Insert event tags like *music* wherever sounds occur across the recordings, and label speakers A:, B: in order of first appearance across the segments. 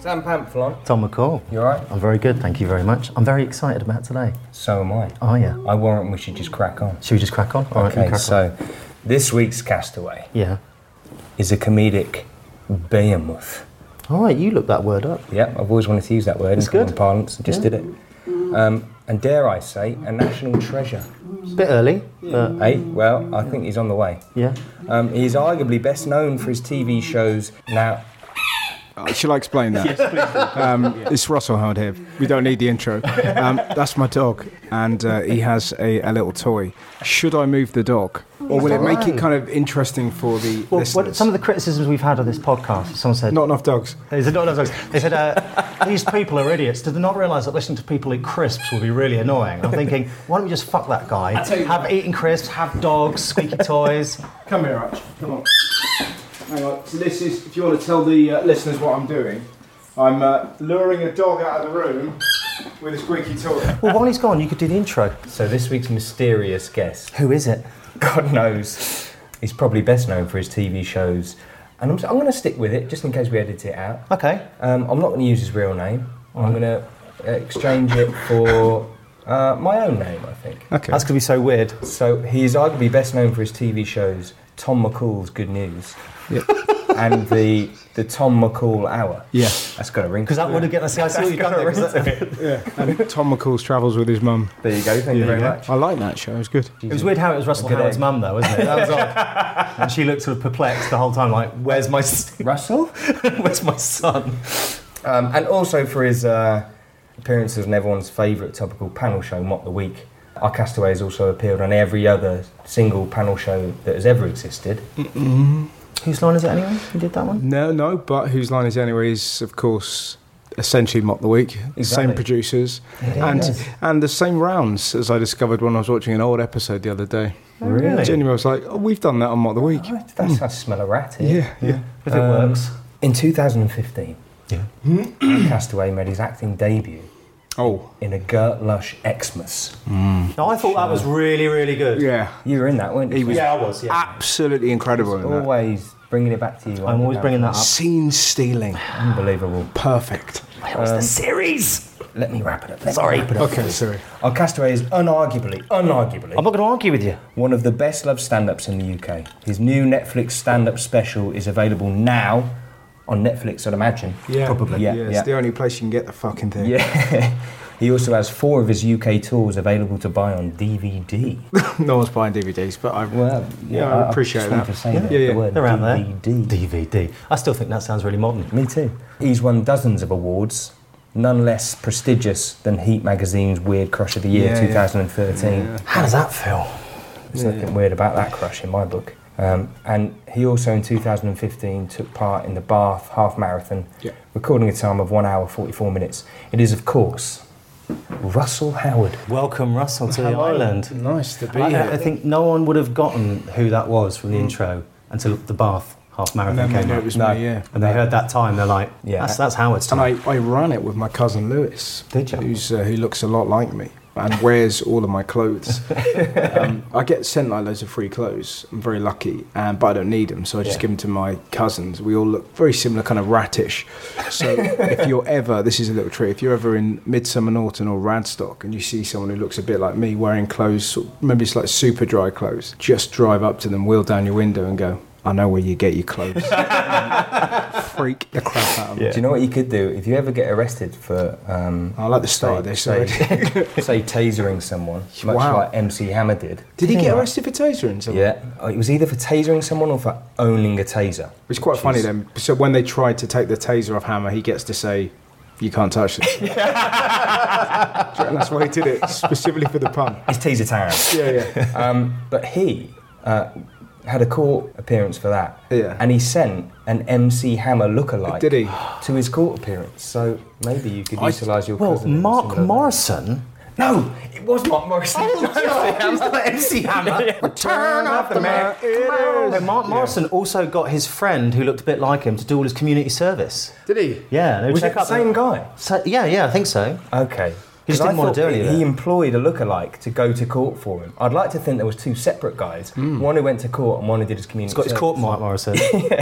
A: Sam Pamphilon,
B: Tom McCall.
A: you alright?
B: I'm very good, thank you very much. I'm very excited about today.
A: So am I.
B: Oh, yeah.
A: I warrant we should just crack on.
B: Should we just crack on? All right, we
A: Okay,
B: crack on.
A: so this week's castaway
B: Yeah.
A: is a comedic behemoth.
B: All right, you look that word up.
A: Yeah, I've always wanted to use that word
B: It's
A: in common
B: good.
A: parlance. I just did it. Um, and dare I say, a national treasure.
B: Bit early, but
A: Hey, well, I think he's on the way.
B: yeah.
A: Um, he is arguably best known for his TV shows. Now,
C: Uh, Shall I explain that? Um, It's Russell Howard here. We don't need the intro. Um, that's my dog, and uh, he has a, a little toy. Should I move the dog, or will it make it kind of interesting for the
B: Well, what,
C: listeners?
B: some of the criticisms we've had of this podcast, someone said,
C: Not enough dogs.
B: they said, not enough dogs. They said, uh, these people are idiots. Did they not realise that listening to people eat crisps would be really annoying? I'm thinking, why don't we just fuck that guy?
C: tell you
B: Have
C: what.
B: eating crisps, have dogs, squeaky toys.
C: Come here, Arch. Come on. Hang on. So this is. If you want to tell the uh, listeners what I'm doing, I'm uh, luring a dog out of the room with a squeaky toy.
B: Well, while he's gone, you could do the intro.
A: so this week's mysterious guest
B: Who is it?
A: God knows. He's probably best known for his TV shows. And I'm, I'm going to stick with it just in case we edit it out.
B: Okay.
A: Um, I'm not going to use his real name. I'm going to exchange it for uh, my own name, I think.
C: Okay.
B: That's going to be so weird.
A: So he is arguably best known for his TV shows Tom McCall's Good News and the, the Tom McCall Hour.
C: Yeah.
A: That's got a ring.
B: Because that would have get us. I saw you done there, 'cause that-
C: *laughs* And Tom McCall's travels with his mum.
A: There you go. Thank you very much.
C: I like that show. It was good.
B: It was weird how it was Russell
A: Good
B: Howard's
A: egg.
B: mum, though, wasn't it? That was odd. and she looked sort of perplexed the whole time, like, "Where's my, s-
A: *laughs*
B: *laughs*
A: Russell?
B: where's my son?"
A: Um, and also for his uh, appearances on everyone's favourite topical panel show, Mop the Week. Our castaway has also appeared on every other single panel show that has ever existed.
B: Whose line is it anyway? Who did that one?
C: No, no, but Whose Line Is It Anyway is, of course, essentially Mop the Week.
A: Exactly.
C: Same producers. and
B: is.
C: and the same rounds as I discovered when I was watching an old episode the other day.
B: Really?
C: Genuinely, I was like, oh, we've done that on Mop the Week.
A: That's I smell a rat here. Um,
C: Yeah, yeah.
B: If it works.
A: In 2015, our Castaway made his acting debut
C: Oh,
A: in a Gert Lush Xmas.
B: No, I thought that was really, really good.
C: yeah.
A: You were in that, weren't you?
C: He was
B: Yeah, I was. Yeah.
C: absolutely incredible in that.
A: always bringing it back to you.
B: I'm always bringing that up.
C: Scene stealing.
A: Unbelievable.
C: Perfect.
B: Um,
A: Let me wrap it up. Sorry. Wrap it up.
C: Okay, sorry.
A: Our Castaway is unarguably, unarguably,
B: I'm not going to argue with you.
A: one of the best loved stand ups in the UK. His new Netflix stand up special is available now on Netflix, I'd imagine.
C: Yeah,
A: Probably. Yeah.
C: Yeah, it's
A: yeah.
C: the only place you can get the fucking thing.
A: Yeah. *laughs* he also has four of his UK tours available to buy on DVD.
C: *laughs* no one's buying DVDs, but I
A: Well,
C: yeah, I appreciate
A: just
C: that.
A: wanted to say
C: Yeah,
A: that,
C: yeah,
A: the
C: yeah.
A: word
B: Around there.
A: DVD.
B: DVD. I still think that sounds really modern.
A: Me too. He's won dozens of awards, none less prestigious than Heat Magazine's Weird Crush of the Year
C: Yeah, yeah.
A: 2013.
B: How does that feel?
A: There's nothing weird about that crush in my book. Um, and he also in 2015 took part in the Bath Half Marathon,
C: Yeah.
A: recording a time of 1 hour 44 minutes. It is, of course, Russell Howard.
B: Welcome, Russell, to the island.
C: nice to be
B: I,
C: here.
B: I think no one would have gotten who that was from the intro until the Bath half
C: and
B: marathon
C: then they
B: came
C: knew
B: up.
C: it was
A: Mm. No.
C: me, yeah.
B: And they heard that time, they're like,
A: Yeah.
B: yeah. that's, that's Howard's
C: And
B: time.
C: I, I ran it with my cousin Lewis.
B: Did you?
C: Who's, uh, who looks a lot like me. and wears all of
B: *laughs*
C: my clothes. um, I get sent like loads of free clothes. I'm very lucky, um, but I don't need them, so I just
B: Yeah.
C: give them to my cousins. We all look very similar, kind of rattish. So
B: *laughs*
C: if you're ever, this is a little trick, if you're ever in Midsummer Norton or Radstock and you see someone who looks a bit like me wearing clothes, sort of- maybe it's like super dry clothes, just drive up to them, wheel down your window, and go. I know where you get
B: *laughs*
C: your clothes. Freak the crap out of them.
B: Yeah.
A: Do you know what you could do if you ever get arrested for? Um,
C: I like the start of this
A: say,
C: already.
A: say, *laughs* say tasering
C: *laughs*
A: someone, much
C: Oh, Wow.
A: like MC Hammer did.
C: *laughs* Did he get arrested for tasering someone?
A: Yeah, Uh, it was either for tasering someone or for owning a taser.
C: It's quite funny then. So when they tried to take the taser off Hammer, he gets to say, "You can't
B: *laughs*
C: touch this." And that's why he did it specifically for the pun.
A: It's taser time.
C: *laughs* Yeah, yeah.
A: Um, but he uh, had a court appearance for that.
C: Yeah.
A: And he sent an MC Hammer lookalike.
C: Did he?
A: To his court appearance. So maybe you could utilise your
B: Well,
A: cousin in a
B: Mark
A: similar way.
B: Morrison.
A: No, it was Mark Morrison. *laughs*
B: *laughs*
A: MC Hammer.
B: Turn off the man. Mark Morrison also got his friend who looked a bit like him to do all his community service.
D: Did he?
B: Yeah, no,
A: Was
B: check
A: it the
B: up
A: same guy?
B: So, yeah, yeah, I think so.
A: Okay.
B: He just
A: 'Cause I
B: didn't wanna
A: thought
B: do any of
A: He
B: that.
A: employed a lookalike to go to court for him. I'd like to think there was two separate guys. One who went to court and one who did his community.
B: He's got his
A: service.
B: court Mark Morrison.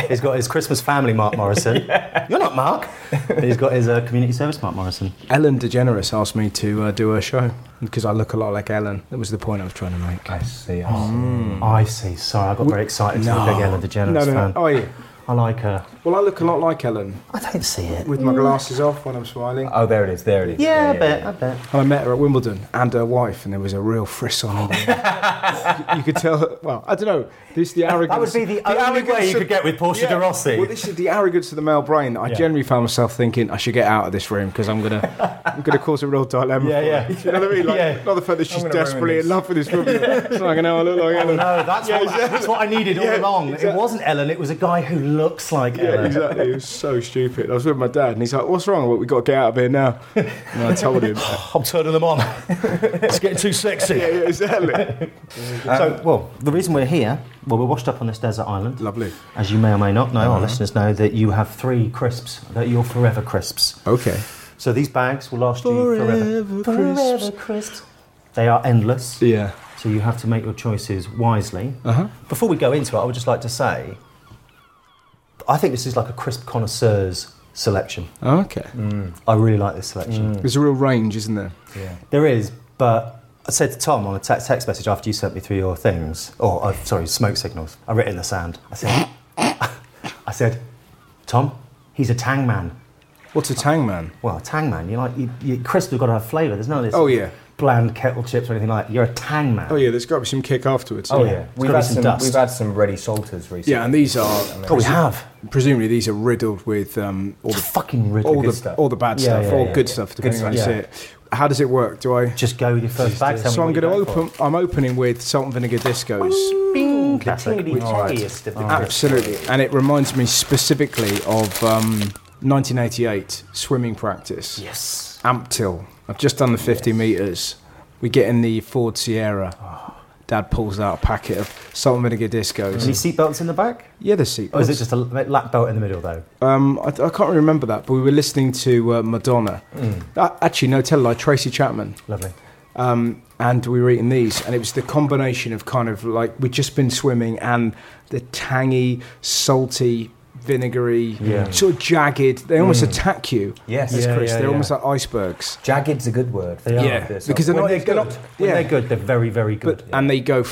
B: He's got his Christmas family Mark Morrison. You're not Mark. And He's got his uh, community service Mark Morrison.
C: Ellen DeGeneres asked me to uh, do her show because I look a lot like Ellen. That was the point I was trying to make.
A: I see. I see.
B: I see. Sorry, I got very excited. No. I'm a big Ellen DeGeneres
C: no, no,
B: fan.
C: no. Oh, yeah.
B: I like her.
C: Well, I look a lot like Ellen
B: I don't see it.
C: with my glasses off when I'm smiling.
A: Oh, there it is. There it is.
B: Yeah, I bet. I bet.
C: And I met her at Wimbledon and her wife, and there was a real
B: *laughs*
C: frisson on her. you, you could tell. Well, I don't know. This the arrogance.
B: That would be the, only
C: arrogance
B: way you
C: of-
B: could get with Portia de Rossi.
C: Well, this is the arrogance of the male brain. I generally found myself thinking I should get out of this room because I'm gonna, I'm gonna cause a real dilemma.
B: Yeah,
C: for
B: yeah.
C: her. You know what I mean? Like,
B: Yeah.
C: Not the fact that she's
A: gonna ruin
C: desperately
A: this.
C: in love with this
B: *laughs*
C: woman. it's like I know I look like Ellen.
B: no,
C: *laughs*
B: that's, what, that's what I needed all
C: Yeah,
B: along. It
C: exactly.
B: wasn't Ellen, it was a guy who looks like
C: Yeah,
B: Ellen.
C: exactly. It was so stupid. I was with my dad, and he's like, "What's wrong? Well, we got to get out of here now." And I
B: *laughs*
C: told him.
B: I'm turning them on. *laughs* it's getting too sexy.
C: yeah, yeah, exactly.
B: So, Um, well, the reason we're here, well, we're washed up on this desert island.
C: Lovely.
B: As you may or may not know, our listeners know that you have three crisps, that you're forever crisps.
C: *laughs* Okay.
B: So these bags will last you forever.
C: Forever
B: Forever crisps. They are endless.
C: Yeah.
B: So you have to make your choices wisely.
C: Uh-huh.
B: Before we go into it, I would just like to say I think this is like a crisp connoisseur's selection.
C: Okay.
B: I really like this selection.
C: There's a real range, isn't there?
B: There is, but I said to Tom on a te- text message after you sent me through your things, or uh, sorry, smoke signals. I wrote it in the sand. I said, *laughs* I said, Tom, he's a tang man.
C: What's a tang man?
B: Well, a tang man. You like you, you, crisps have got to have flavour. There's none of this.
C: Oh, yeah.
B: Bland kettle chips or anything like. that. You're a tang man.
C: Oh yeah, there's got to be some kick afterwards.
B: Oh, yeah.
A: We've
B: gotta be
A: had
B: some
A: some.
B: dust.
A: We've had some ready salters recently.
C: Yeah, and these are.
B: Oh, we have.
C: Presumably, these are riddled with um, all the
B: Fucking ridiculous.
C: all the
A: stuff.
C: all the bad
B: Yeah,
C: stuff,
B: yeah,
C: all
B: yeah,
C: good
B: yeah.
C: stuff,
B: Good
C: depending on how you see
B: stuff.
C: it. How does it work? Do I?
B: Just go with your first bag.
C: So I'm going to open. I'm opening with salt and vinegar discos.
B: Bing,
C: Classic.
B: continually
C: Alright.
B: taste of the crisp.
C: Absolutely, and it reminds me specifically of um, 1988 swimming practice.
B: Yes.
C: Amptill. I've just done the 50 metres. We get in the Ford Sierra.
B: Oh.
C: Dad pulls out a packet of salt and vinegar discos.
B: Any seatbelts in the back?
C: Yeah, the seat.
B: Or Oh, is it just a lap belt in the middle though?
C: Um, I, I can't really remember that, but we were listening to uh, Madonna.
B: Mm.
C: Uh, actually, no, tell a lie, Tracy Chapman.
B: Lovely.
C: Um, and we were eating these, and it was the combination of kind of like we'd just been swimming and the tangy, salty, vinegary,
B: Yeah. Mm.
C: sort of jagged. They almost attack you.
A: Yes.
C: as
B: Yeah,
C: Chris.
B: yeah,
C: They're
B: yeah.
C: almost like icebergs.
A: Jagged's a good word. They
B: are.
C: Yeah, because they're
A: When
C: not-
A: they're
C: they're
A: good.
C: not-
B: When
C: Yeah.
B: they're good, they're very, very good.
C: But and they go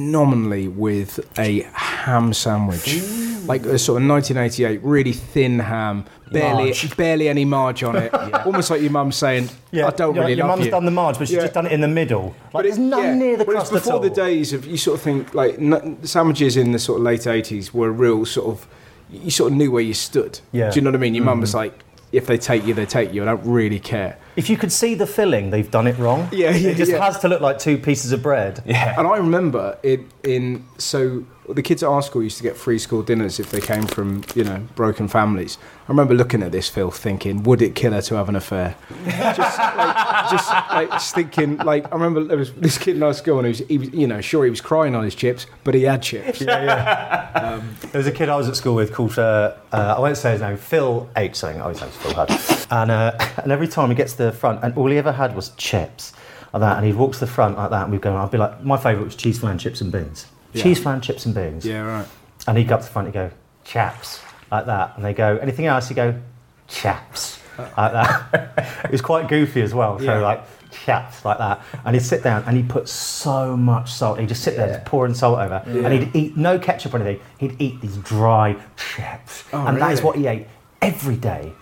C: phenomenally with a ham sandwich, like a sort of 1988, really thin ham, barely
B: Marge.
C: barely any marge
B: *laughs*
C: on it, almost like your mum saying, "I don't
B: your,
C: really
B: Your
C: love
B: mum's
C: you."
B: done the marge, but she's
C: Yeah.
B: just done it in the middle. Like,
C: it-
B: there's none
C: yeah.
B: near the
C: But
B: crust
C: it's before
B: at all.
C: the days of you sort of think like n- sandwiches in the sort of late 80s were real sort of you sort of knew where you stood.
B: Yeah. Mm.
C: Do you know what I mean? Your mum was like, "If they take you, they take you. I don't really care."
B: If you could see the filling, they've done it wrong.
C: Yeah, yeah,
B: It just
C: yeah.
B: has to look like two pieces of bread. Yeah.
C: And I remember it in so the kids at our school used to get free school dinners if they came from you know broken families. I remember looking at this filth, thinking, would it kill her to have an affair? just, like, just like just thinking, like I remember there was this kid in our school, and he was, he was you know sure he was crying on his chips, but he had chips.
B: Yeah, yeah. there was a kid I was at school with called, uh, uh, I won't say his name, Phil H. *laughs* Something. I always know it's Phil Hud. And, uh, and every time he gets to the front, and all he ever had was chips. like that, and he'd walk to the front like that, and we'd go. I'd be like, my favourite was cheese flan, chips and beans. Cheese flan, chips and beans.
C: Yeah, right.
B: And he'd go up to the front and go, chaps, like that. And they go, anything else? He'd go,
C: *laughs*
B: chaps, like that. it was quite goofy as well. So,
C: Yeah.
B: like, chaps, like that. And he'd sit down and he'd put so much salt. He'd just sit there,
A: Yeah.
B: just pouring salt over. And he'd eat no ketchup or anything. He'd eat these dry chaps. and that is
C: Oh,
B: what
C: really?
B: he ate every day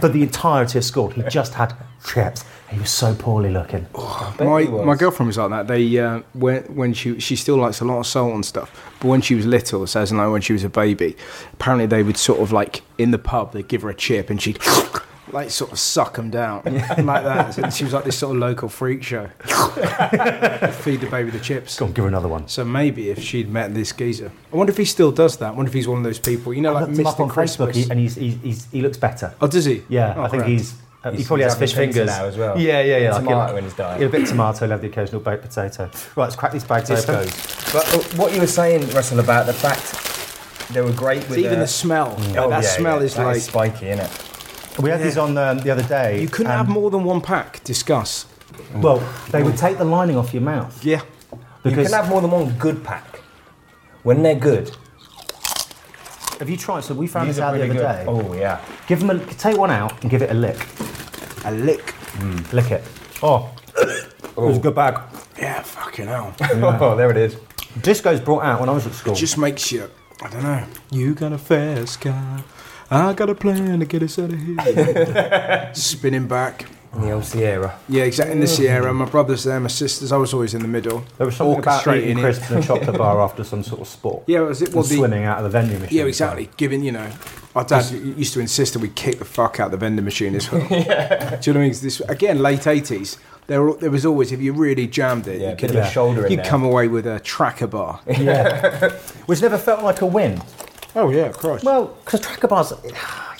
B: for the entirety of school. He just had chaps. He was so poorly looking.
C: My,
A: he was.
C: my girlfriend was like that. They uh, when when she she still likes a lot of salt and stuff, but when she was little, so as in like when she was a baby, apparently they would sort of like in the pub they'd give her a chip and she'd *laughs* like sort of suck them down *laughs* like that. So she was like this sort of local
A: *laughs*
C: freak show. Feed the baby the chips.
B: Go on, give her another one.
C: So maybe if she'd met this geezer, I wonder if he still does that. I wonder if he's one of those people, you know,
B: I
C: like
B: looked him up
C: Mr.
B: on Facebook
C: Christmas.
B: he- and he's, he's, he's, he looks better.
C: Oh, does he?
B: Yeah,
C: Oh,
B: I think
C: crap.
B: he's, uh, he
A: He's-
B: probably
A: he's
B: has fish
A: having pizza
B: fingers
A: now as well.
B: Yeah, yeah, yeah.
A: And
B: he'll-
A: tomato in his diet.
B: He'll have a bit of tomato, he'll have the occasional baked potato. Right, let's crack these bags open.
A: But uh, what you were saying, Russell, about the fact they were great with
C: It's even
A: their-
C: the smell.
A: Oh, yeah,
C: that smell
A: yeah,
C: is
A: that
C: like
A: spiky, isn't it?
B: We had these on um, the other day.
C: you couldn't have
B: and-
C: more than one pack. Discuss.
B: Well, they would take the lining off your mouth.
C: Yeah.
A: You
B: Because
A: can have more than one good pack. When they're good,
B: have you tried? So we found
A: these
B: this
A: are
B: out the
A: pretty good.
B: other day.
A: Oh yeah,
B: Give them a take one out and give it a lick.
C: A lick.
B: Lick it. Oh, *coughs* it was a good bag.
C: Yeah, fucking hell.
A: *laughs* oh there it is.
B: Disco's brought out when I was at school.
C: Just makes you, I don't know. Oh. You got a fast car. I got a plan to get us out of here. *laughs* Spinning back.
A: In the old Sierra.
C: Yeah, exactly. In the Sierra. My brother's there, my sister's. I was always in the middle.
B: there was something about eating
C: it.
B: crisps in a
A: *laughs*
B: chocolate bar after some sort of sport.
C: Yeah, was it
B: And
C: was the.
B: swimming out of the vending machine.
C: Yeah, exactly. Giving, you know. Our dad used to insist that we kick the fuck out the vending machine as *laughs* well. Do you know what I mean? 'Cause This, again, late 80s, there, were- there was always, if you really jammed it,
A: Yeah, a
C: you
A: bit
C: could
A: of a shoulder in
C: you'd
A: there.
C: come away with a tracker bar.
B: Yeah. Which never felt like a win.
C: *laughs* oh, yeah, of course.
B: Well, because tracker bars, *sighs*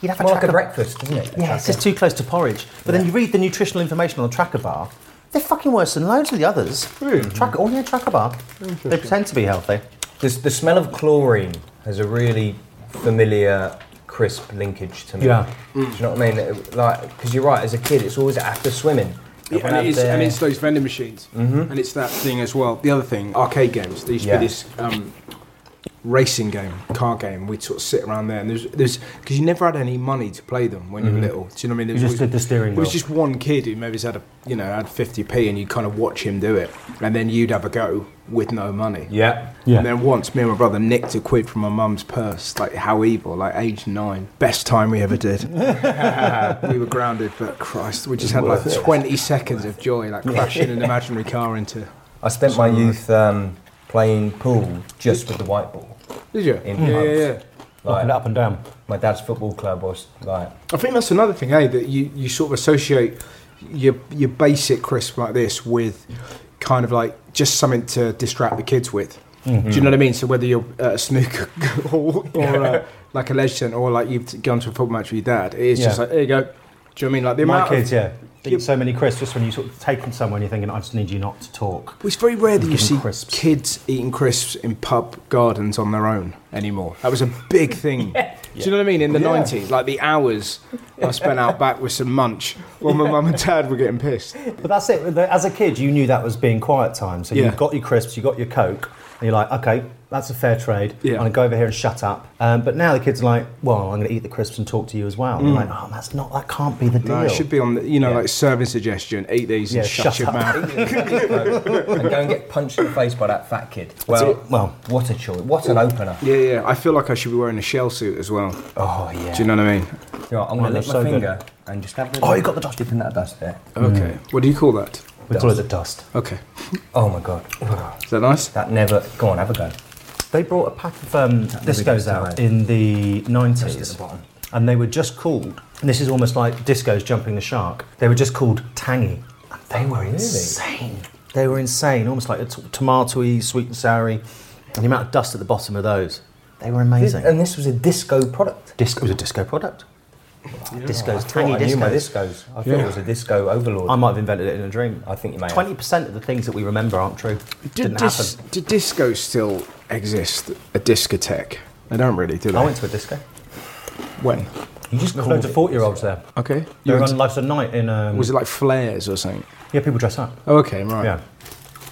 B: you'd have a
A: More like
B: tracker
A: a breakfast, isn't it?
B: Yeah, it's just too close to porridge. But then you read the nutritional information on tracker bar. They're fucking worse than loads of the others. Tracker, oh yeah, tracker bar. They pretend to be healthy.
A: The, the smell of chlorine has a really familiar, crisp linkage to me.
B: Yeah.
A: Do you know what I mean? It- Like, because you're right. As a kid, it's always after swimming.
C: Yeah,
A: Everyone
C: and, it is,
A: had their-
C: and it's those vending machines,
B: Mm-hmm.
C: and it's that thing as well. The other thing, arcade games. There used to
A: Yeah.
C: be this um, racing game, car game. We'd sort of sit around there, and there's there's because you never had any money to play them when you were little. Do you know what I mean? There
B: Mm-hmm. You
C: was
B: just did the steering
C: There was
B: wheel.
C: just one kid who maybe had a you know had fifty p, and you kind of watch him do it, and then you'd have a go with no money.
A: yeah.
B: Yeah.
C: And then once me and my brother nicked a quid from my mum's purse, like how evil, like age nine. Best time we ever did. *laughs* we were grounded, but Christ, we just had like 20 seconds of joy, like crashing an imaginary car into.
A: I spent my youth um, playing pool just with the white ball.
C: Did you?
A: In
C: yeah, yeah,
A: pubs.
C: yeah.
B: Knocking it
A: Like
B: up and down.
A: my dad's football club was like
C: I think that's another thing, eh? That you, you sort of associate your your basic crisp like this with kind of like just something to distract the kids with.
B: Mm-hmm.
C: Do you know what I mean? So whether you're at a snooker *laughs* hall or uh, like a leisure centre or like you've gone to a football match with your dad, it's just
B: Yeah.
C: like there you go. Do you know what I mean? Like the
B: My
C: amount of-
B: kids, yeah. Eat
C: Yeah.
B: so many crisps just when you sort of take them somewhere and you're thinking, I just need you not to talk.
C: Well, it's very rare that you
B: Giving
C: see
B: crisps.
C: kids eating crisps in pub gardens on their own anymore. That was a
B: *laughs*
C: big thing. Do you know what I mean? In the 90s, like the hours I spent out back with some munch while my mum and dad were getting pissed.
B: But that's it. As a kid, you knew that was being quiet time. So
C: Yeah.
B: you've got your crisps, you got your Coke, and you're like, okay, that's a fair trade.
C: Yeah.
B: I'm going to go over here and shut up. Um, but now the kids are like, well, I'm going to eat the crisps and talk to you as well. And you're like, oh, that's not, that can't be the deal.
C: Mm. No, it should be on, the, you know,
B: Yeah.
C: like serving suggestion eat these
B: Yeah,
C: and shut,
B: shut
C: your
B: up. *laughs*
C: mouth.
A: and go and get punched in the face by that fat kid. Well,
B: it. Well.
A: what a choice! What an opener!
C: yeah, yeah. I feel like I should be wearing a shell suit as well.
A: Oh yeah.
C: Do you know what I mean?
A: You know what, I'm gonna
B: Oh,
A: lick
B: that's
A: my
B: so good.
A: finger and just have. A
B: Oh, you got the dust.
A: Dipping that dust there.
C: Okay. What do you call that?
B: We call it the dust.
C: Okay.
A: Oh my god.
C: Is that nice?
A: That never. Go on, have a go.
B: They brought a pack of um, discos
A: really
B: out
A: tight.
B: in the 90s.
A: at the bottom.
B: And they were just called, and this is almost like discos jumping the shark, they were just called tangy. And they were insane. They were insane, almost like a t- tomatoey, sweet and soury. And the amount of dust at the bottom of those, they were amazing.
A: And this was a disco product.
B: disco was a disco product. Discos,
A: I
B: tangy
A: thought I knew my
B: discos.
A: discos. I thought it was a disco overlord.
B: I might have invented it in a dream.
A: I think you may have.
B: 20% of the things that we remember aren't true. It
C: Did,
B: didn't
C: dis-
B: happen.
C: did disco still exist? A discotheque? They don't really, do they?
B: I went to a disco.
C: when?
A: You just
B: There's loads of 40 year olds there.
C: Okay.
B: They
C: You
B: run
C: went-
B: Life's a Night in. Um,
C: was it like flares or something?
B: yeah, people dress up.
C: Oh, okay, right.
B: Yeah.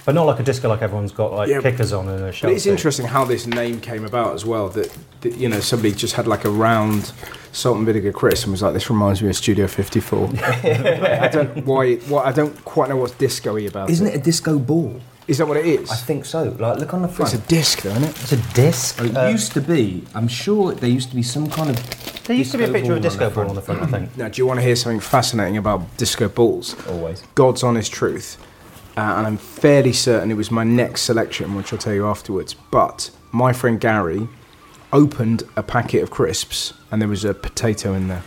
B: But not like a disco, like everyone's got like
C: Yeah.
B: kickers on and a shell.
C: But it's
B: suit.
C: interesting how this name came about as well. That, that you know somebody just had like a round salt and vinegar crisp and was like, "This reminds me of Studio *laughs* 54." I don't why. What I don't quite know what's disco-y about.
A: Isn't it a disco ball?
C: Is that what it is?
A: I think so. Like, look on the front.
C: it's a disc, though, isn't it?
A: It's a disc. It
B: Uh,
A: used to be. I'm sure there used to be some kind of.
B: There used to be a picture of a disco ball
A: ball
B: on the front, I *laughs* think.
C: Now, do you want to hear something fascinating about disco balls?
A: Always.
C: God's honest truth, uh, and I'm fairly certain it was my next selection, which I'll tell you afterwards. But my friend Gary opened a packet of crisps, and there was a potato
B: *laughs*
C: in there.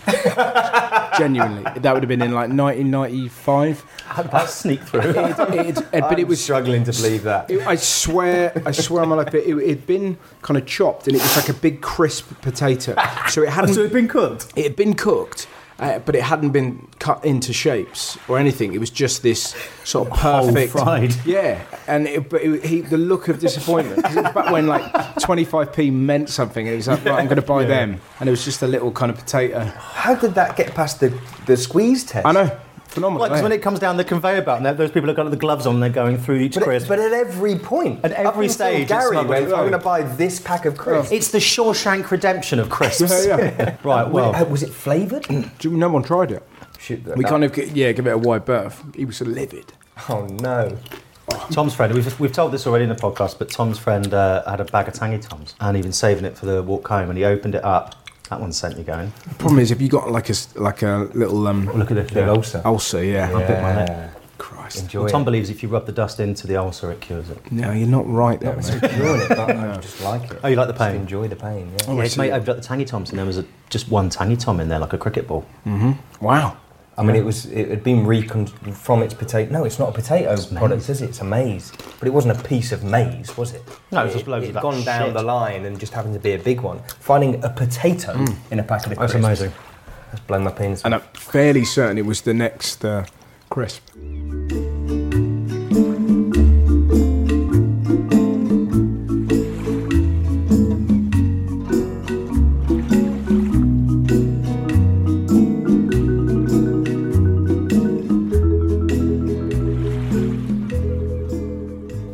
C: Genuinely, that would have been in like 1995.
B: How did that sneak *laughs* through?
C: It, it, it- but it was.
B: struggling to believe that.
C: It, I swear, I swear on my life, but it had been kind of chopped, and it was like a big crisp potato. So it
B: *laughs*
C: hadn't.
B: So it'd been cooked.
C: It had been cooked, uh, but it hadn't been cut into shapes or anything. It was just this
B: *laughs*
C: sort of perfect
B: fried.
C: *laughs* Yeah, and it, but it, he, the look of disappointment. 'cause it was back when like twenty five p meant something. It was like right, I'm going to
B: *laughs*
C: buy them, and it was just a little kind of potato.
A: How did that get past the, the squeeze test?
C: I know, phenomenal.
B: Like, 'cause
C: eh?
B: when it comes down the conveyor belt, and there- those people have got the gloves on, and they're going through each
A: But,
B: crisp.
A: at- but at every point,
B: At
A: up
B: every
A: until
B: stage, it's
A: Gary
B: not
A: went,
B: really-
A: "I'm going to buy this pack of crisps."
B: it's the Shawshank Redemption of crisps.
C: *laughs* Yeah, yeah.
B: right. Well,
A: Uh, was it flavoured?
B: Mm.
C: Do you- no one tried it.
A: Shoot, that-
C: We
A: that-
C: kind of g- yeah, give it a wide berth. He was livid.
A: *laughs* Oh no!
B: *laughs* Tom's friend, we've, we've told this already in the podcast, but Tom's friend uh, had a bag of Tangy Toms and he'd been saving it for the walk home and he opened it up. That one sent you going.
C: The problem is, if you got like a s- like a little um,
B: Look at this.
A: Big ulcer.
C: ulcer, yeah.
B: bit my lip.
A: Yeah.
C: Christ.
A: Enjoy
B: Well, Tom
A: it.
B: believes if you rub the dust into the ulcer, it cures it.
C: No, you're not right there, mate.
A: Enjoying it,
B: *laughs*
A: but I just like it.
B: Oh, you like the
A: Just
B: pain? Oh,
A: enjoy the pain. Yeah.
B: yeah, his mate opened up the Tangy Toms and there was a, just one Tangy Tom in there, like a cricket ball.
C: *laughs* Wow.
A: I mean, it was it had been recon from its potato. No, it's not a potato product, is it? It's a maize, but it wasn't a piece of maize, was it?
B: No, it was just loads
A: it
B: of that
A: gone down
B: shit.
A: the line and just happened to be a big one. Finding a potato in a packet of
B: Mm. That's
A: crisps.
B: amazing.
A: That's blown my penis.
C: And I'm fairly certain it was the next uh, crisp.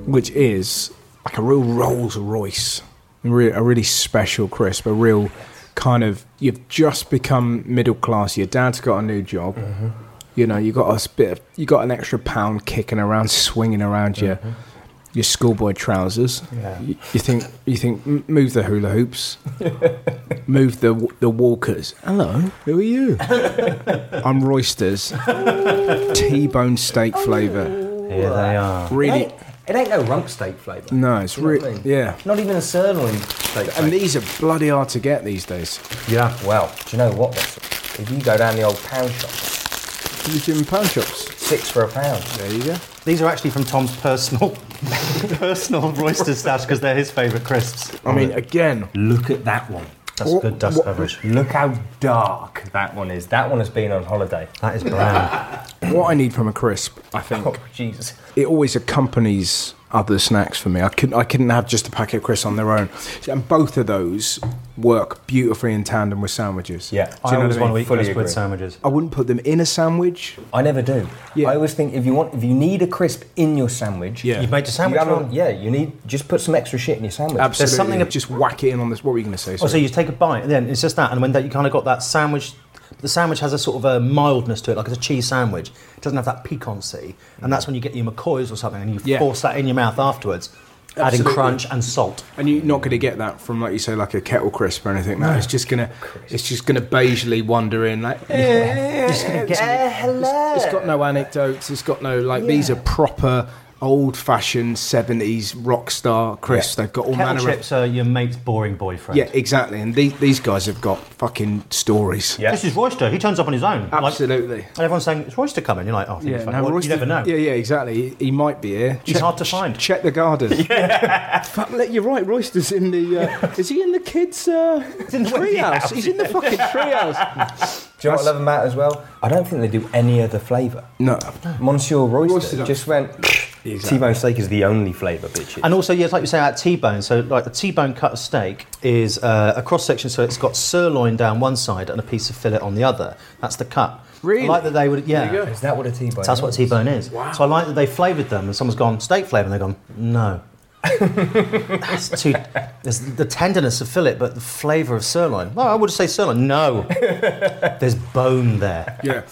C: Which is like a real Rolls Royce, a re- a really special crisp, a real kind of you've just become middle class. Your dad's got a new job. You know, you got a s- bit, of, you got an extra pound kicking around, swinging around your your schoolboy trousers.
A: Yeah.
C: You, you think you think "M- move the hula hoops, move the w- the walkers. Hello, who are you? I'm Roysters, T-bone steak flavour.
B: Here they are.
C: Really,
A: It ain't, it ain't no rump steak flavour.
C: no, it's
A: Do you know what I
C: really
A: mean?
C: yeah.
A: Not even a sirloin steak.
C: And
A: flavour.
C: these are bloody hard to get these days.
B: Yeah.
A: well, do you know what? That's, if you go down the old pound shop,
C: You can pound shops.
A: six for a pound.
C: There you go.
B: These are actually from Tom's personal *laughs* personal Royster stash because they're his favourite crisps.
C: I mean, again,
B: Look at that one. That's
C: What-
B: good dust
C: what-
B: coverage.
A: Look how dark that one is. That one has been on holiday.
B: That
A: *laughs*
B: is brown.
C: what I need from a crisp, I
A: Oh,
C: think,
A: Jesus.
C: it always accompanies other snacks for me. I couldn't, I couldn't have just a packet of crisps on their own. And both of those work beautifully in tandem with sandwiches.
A: Yeah.
C: Do
B: I
C: you know
B: always
C: what
B: want
C: I
B: to
C: mean?
B: eat
A: Fully
B: crisp with
A: agree.
B: sandwiches.
C: I wouldn't put them in a sandwich.
A: I never do.
C: Yeah.
A: I always think if you want, if you need a crisp in your sandwich,
C: Yeah. You've
B: made your
A: you
B: sandwich
A: haven't-
B: wrong.
A: yeah, you need just put some extra shit in your sandwich.
C: Absolutely.
B: something ab-
C: just whack it in on this. What were you going to say?
B: Oh, so
C: sorry?
B: you take a bite, and then it's just that, and when that you kind of got that sandwich. The sandwich has a sort of a mildness to it, like it's a cheese sandwich. It doesn't have that piquancy, and that's when you get your McCoys or something, and you
C: Yeah.
B: force that in your mouth afterwards, adding
C: Absolutely.
B: crunch and salt.
C: and you're not going to get that from, like you say, like a kettle crisp or anything. No, it's just gonna, it's just gonna beigely wander in, like. *laughs*
A: Eh, hello.
C: It's got no anecdotes. It's got no like. These are proper old-fashioned '70s rock star crisps. They've got all
B: Kettle
C: manner
B: chips
C: of.
B: are your mate's boring boyfriend.
C: Yeah, exactly. And these, these guys have got fucking stories.
A: Yeah.
B: This is Royster. He turns up on his own. Like-
C: Absolutely.
B: and everyone's saying, "Is Royster coming?" You're like, "Oh, yeah,
C: no,
B: well,
C: Royster-
B: you never know."
C: Yeah, yeah, exactly. He, he might be here.
B: He's hard to find.
C: Check the garden.
B: *laughs*
C: Fuck, look, you're right. Royster's in the. Uh, is he in the kids' uh,
B: in the
C: treehouse?
B: house.
C: He's in the
B: *laughs*
C: fucking treehouse.
A: Do you know what I love about as well? I don't think they do any other flavour.
C: No.
A: Monsieur Royster
C: Royster don't-
A: just went. T-bone steak is the only flavour, bitches.
B: And also, yes, like you say, at T-bone. So, like the T-bone cut of steak is uh, a cross section, so it's got sirloin down one side and a piece of fillet on the other. That's the cut.
D: Really?
B: I like that they would. Yeah.
D: you go.
A: is that what a T-bone?
B: That's what
A: is?
B: T-bone is. So I like that they flavoured them, and someone's gone steak flavour, and they've gone no. That's too. There's the tenderness of fillet, but the flavour of sirloin. Well, I would say sirloin. No, there's bone there.
A: *laughs*
C: Yeah.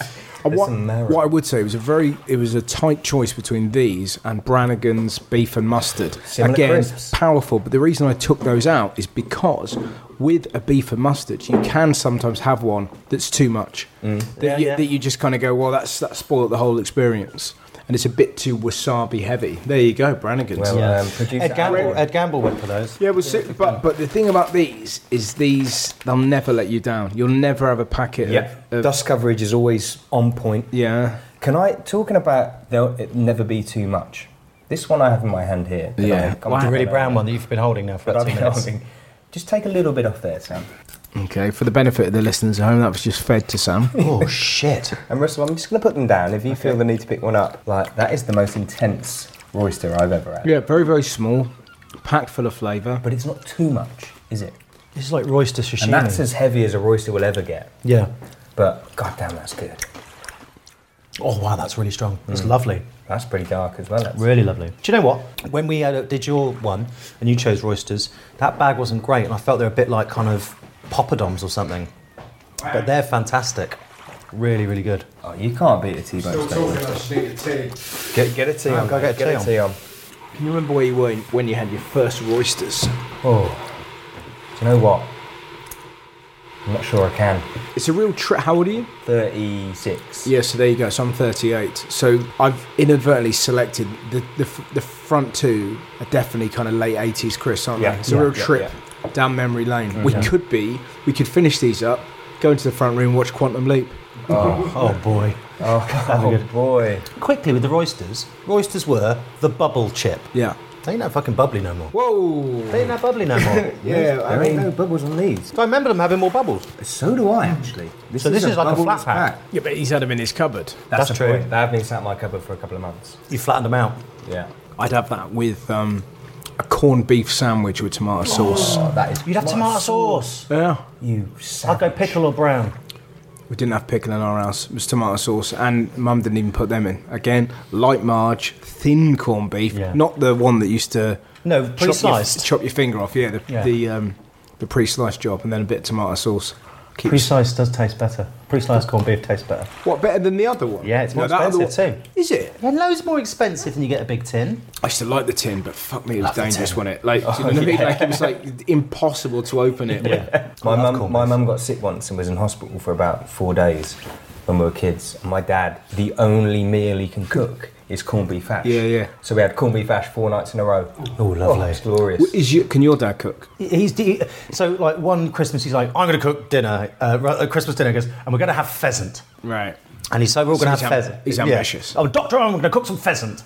C: And what,
A: Listen, Mara.
C: what I would say it was a very it was a tight choice between these and Brannigan's beef and mustard.
A: Similar
C: Again,
A: crisps.
C: powerful. But the reason I took those out is because with a beef and mustard, you can sometimes have one that's too much.
A: Mm.
C: That,
B: Yeah,
C: you,
B: yeah.
C: that you just kind of go, well, that's that spoiled the whole experience, and it's a bit too wasabi heavy. There you go, Brannigan's.
A: Well,
B: Yeah.
A: um, producer
B: Ed Gamble,
A: Alan,
B: Ed Gamble went for those.
C: Yeah, well, see, but but the thing about these is these they'll never let you down. You'll never have a packet.
A: Yep.
C: Of, of,
A: Dust coverage is always on point.
C: yeah.
A: Can I talking about there'll it never be too much? This one I have in my hand here. that
C: Yeah.
A: I- I'm
B: The
A: not
B: really
A: gonna-
B: brown one that you've been holding now for
A: But I've
B: about
A: been
B: two minutes.
A: *laughs* holding. Just take a little bit off there, Sam.
C: Okay, for the benefit of the listeners at home, that was just fed to Sam.
B: Oh shit!
A: And Russell, I'm just going to put them down. If you feel the need to pick one up, like that is the most intense royster I've ever had.
C: *laughs* yeah, very very small, packed full of flavour.
A: But it's not too much, is it?
B: It's like Royster sashimi.
A: And that's as heavy as a royster will ever get.
B: yeah.
A: But goddamn, that's good.
B: Oh wow, that's really strong. It's lovely.
A: That's pretty dark as well. That's
B: Really lovely. Do you know what? When we had a, did your one and you chose Roysters, that bag wasn't great, and I felt they're a bit like kind of poppadoms or something. But they're fantastic. Really, really good.
A: Oh, you can't beat a T-bone steak. Get, get a tea
B: Oh,
A: on.
B: go get a tea
A: on.
C: Can you remember where you were when you had your first roysters?
A: Oh, do you know what? I'm not sure I can.
C: It's a real trip. How old are you?
A: 36.
C: Yeah, so there you go. So I'm 38. So I've inadvertently selected the the, f- the front two are definitely kind of late 80s, Chris, aren't
A: Yeah,
C: they? It's a
A: yeah,
C: real
A: yeah,
C: trip down memory lane. We could be, we could finish these up, go into the front room, watch Quantum Leap.
B: Oh *laughs* boy.
A: Oh, oh boy.
B: Quickly with the Roysters, Roysters were the bubble chip.
C: Yeah.
B: They ain't that fucking bubbly no more.
C: Whoa.
B: They ain't that bubbly no more.
C: Yeah,
A: There ain't no bubbles on these.
B: I remember them having more bubbles.
A: So do I, actually.
B: So this is like a
A: bubbles
B: flat pack.
C: Yeah, but he's had them in his cupboard.
A: That's,
B: That's
A: the
B: true.
A: Point. They haven't been sat in my cupboard for a couple of months.
B: You flattened them out.
A: Yeah.
C: I'd have that with um, a corned beef sandwich with tomato sauce.
A: Oh, that is.
B: You'd have
A: what a
B: tomato
A: s-
B: sauce.
C: Yeah.
A: You
B: I'd go
A: savage.
B: pickle or brown.
C: We didn't have pickle in our house. It was tomato sauce, and Mum didn't even put them in. Again, light Marge, thin corned beef,
B: Yeah.
C: not the one that used to
B: No,
C: chop your-
B: pre-sliced.
C: Chop your finger off, yeah. The
B: Yeah.
C: the, um, the pre-sliced job, and then a bit of tomato sauce. Keeps-
B: Pre-sliced does taste better. Pre-sliced corned beef tastes better.
C: what better than the other one?
B: Yeah, it's more
C: that other
B: expensive
C: one-
B: too.
C: Is it?
B: Yeah, loads more expensive than you get a big tin.
C: I used to like the tin, but fuck me, it was
B: the
C: dangerous,
B: tin.
C: wasn't it?
B: *laughs*
C: Like, do you know what I mean? Like, it was like impossible to open it.
A: My
B: I love
A: mum,
B: corned
A: my
B: beef.
A: mum got sick once and was in hospital for about four days when we were kids. And my dad, the only meal he can cook is corned beef hash.
C: Yeah, yeah.
A: So we had corned beef hash four nights in a row.
B: Oh, lovely.
A: it's glorious.
C: Is your, can your dad cook?
B: He's he, so like one Christmas he's like I'm going to cook dinner, uh, ru- uh, Christmas dinner, he goes and we're going to have pheasant.
C: Right.
B: And he's like we're all going to
C: he's
B: have
C: am-
B: pheasant.
C: he's
B: Yeah.
C: ambitious.
B: Oh, doctor, I'm going to cook some pheasant.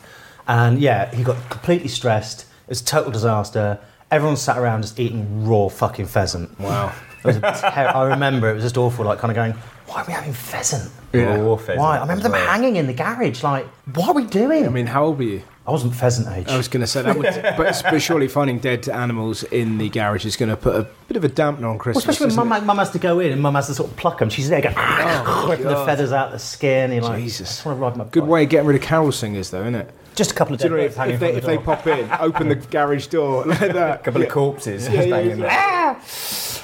B: And yeah, he got completely stressed. It was a total disaster. Everyone sat around just eating raw fucking pheasant.
C: Wow.
B: It was a ter- I remember it was just awful. Like kind of going, why are we having pheasant?
C: Yeah.
A: Raw pheasant
B: Why? I remember
A: as
B: them
A: well.
B: hanging in the garage. Like, what are we doing?
C: I mean, how old were you?
B: I wasn't pheasant age.
C: I was going to say that, would, *laughs* but, but surely finding dead animals in the garage is going to put a bit of a dampener on
B: Well,
C: Christmas.
B: especially when
C: isn't
B: mum, mum has to go in and mum has to sort of pluck them. She's there going, "Ah," *laughs*
C: Oh,
B: ripping the
C: God.
B: feathers out the skin. You're
C: it?
B: like,
C: Jesus,
B: I just want to ride my
C: good
B: bike.
C: way of getting rid of carol singers, though, isn't it?
B: Just a couple of
C: Do
B: dead
C: you know
B: birds
C: if,
B: hanging
C: if they
B: from
C: if
B: the
C: they
B: door.
C: pop in, open the garage door *laughs* like that.
A: couple of corpses
C: Yeah, yeah,
A: hanging there.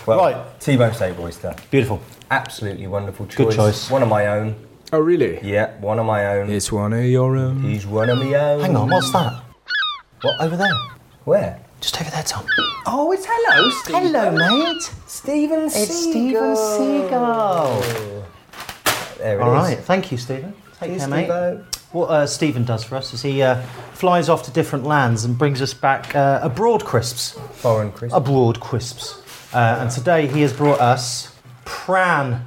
A: Well,
B: Right.
A: T-bone steak oyster.
B: Beautiful.
A: Absolutely wonderful choice.
B: Good choice.
A: One of my own.
C: Oh, really?
A: Yeah, one of my own.
C: It's one of your own.
A: He's one of my own.
B: Hang on, what's that? What, over there?
A: Where?
B: Just over there, Tom.
A: Oh, it's hello, Steve.
B: Hello, mate.
A: Steven
B: It's Stephen Seagal.
A: There it
B: All
A: is.
B: right, thank you, Stephen. Take
A: Cheers,
B: care, mate.
A: Steve-o.
B: What uh, Stephen does for us is he uh, flies off to different lands and brings us back uh, abroad crisps.
A: Foreign Chris.
B: abroad crisps. Uh, and today he has brought us pran.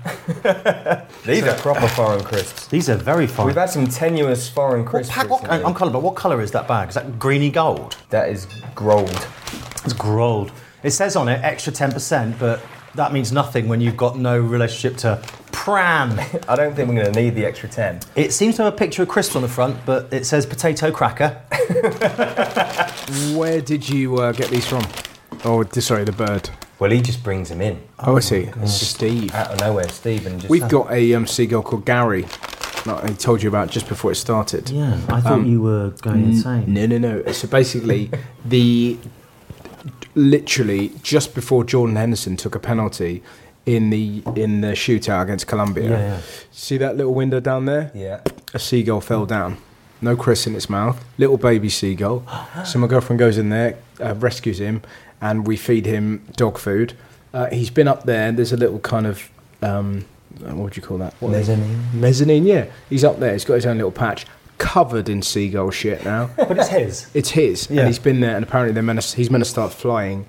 A: These are proper foreign crisps.
B: These are very fine.
A: We've had some tenuous foreign crisps.
B: Pack- what-
A: recently.
B: I'm colour, but what colour is that bag? Is that greeny gold?
A: That is grold. *laughs*
B: It's gold. It says on it extra 10%, but that means nothing when you've got no relationship to *laughs* pran.
A: I don't think we're going to need the extra 10.
B: it seems to have a picture of crisps on the front, but it says potato cracker.
C: Where did you uh, get these from? Oh, d- sorry, the bird.
A: Well, he just brings them in
C: Oh, I see. Steve.
A: out of nowhere, Steve, and just
C: We've got a um, seagull called Gary that I told you about just before it started.
B: Yeah, I thought you were going insane.
C: No, no, no. So basically, the literally just before Jordan Henderson took a penalty in the in the shootout against Colombia.
B: Yeah, yeah.
C: See that little window down there?
A: yeah.
C: A seagull fell down. No Chris in its mouth. Little baby seagull. So my girlfriend goes in there, uh, rescues him, and we feed him dog food. Uh, he's been up there. There's a little kind of um, what would you call that? What are they-
A: Mezzanine.
C: Mezzanine. Yeah, he's up there. He's got his own little patch covered in seagull shit now.
B: But it's his.
C: It's his,
B: Yeah.
C: and he's been there, and apparently they're meant to, he's meant to start flying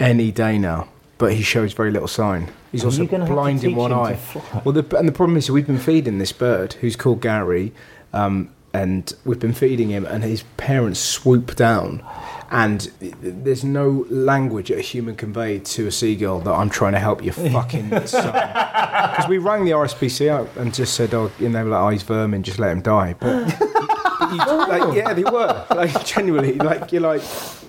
C: any day now. But he shows very little sign. He's
B: Are
C: also
B: you gonna have to
C: blind in
B: teach
C: one
B: him to
C: eye.
B: fly?
C: Well, the, and the problem is we've been feeding this bird, who's called Gary, um, and we've been feeding him, and his parents swoop down, and there's no language that a human conveyed to a seagull that I'm trying to help
B: *laughs*
C: your fucking son. Because we rang the RSPCA up and just said, oh, you know, like, oh, he's vermin, just let him die. But, but you, like, yeah, they were. Like, *laughs* genuinely, like, you're like,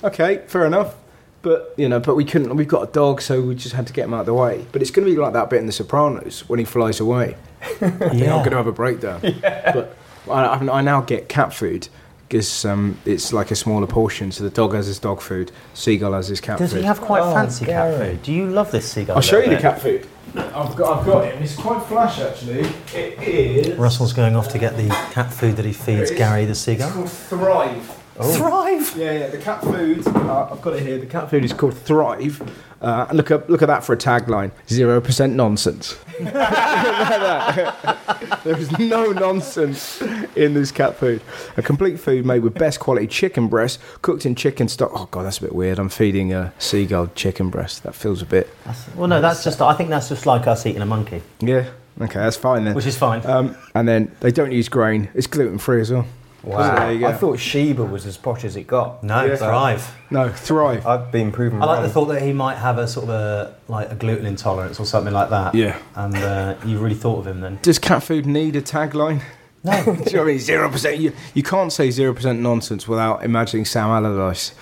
C: okay, fair enough. But, you know, but we couldn't, we've got a dog, so we just had to get him out of the way. But it's going to be like that bit in The Sopranos when he
B: *laughs*
C: flies away. Yeah. I'm going to have a breakdown. But I, I've- I now get cat food. Because um, it's like a smaller portion, so the dog has his dog food, seagull has his cat
B: Does
C: food.
B: he have quite
A: Oh,
B: fancy cat
A: Gary.
B: food? Do you love this seagull?
C: I'll show you
B: little bit?
C: the cat food. I've got, I've got it. It's quite flash, actually. It is.
B: Russell's going off to get the cat food that he feeds
C: It's-
B: Gary the
C: It's
B: seagull.
C: called Thrive.
B: Thrive!
C: Yeah, yeah. The cat food. Uh, I've got it here. The cat food is called Thrive. Uh, look up, look at that for a tagline: zero percent nonsense. *laughs* Look at that. there is no nonsense in this cat food. A complete food made with best quality chicken breast, cooked in chicken stock. Oh god, that's a bit weird. I'm feeding a seagull chicken breast. That feels a bit.
B: Well, no, that's just. I think that's just like us eating a monkey,
C: Yeah. Okay, that's fine then.
B: which is fine.
C: Um, and then they don't use grain. It's gluten free as well.
A: Wow.
C: There you go.
A: I thought Sheba was as posh as it got.
B: no,
A: But
B: thrive.
C: No, thrive.
A: I've been proven
B: I like
A: wrong.
B: the thought that he might have a sort of a like a gluten intolerance or something like that.
C: Yeah.
B: And uh, you really thought of him then.
C: Does cat food need a tagline?
B: No.
C: *laughs* Do you know what I mean? Zero percent. You, you can't say zero percent nonsense without imagining Sam Allardyce.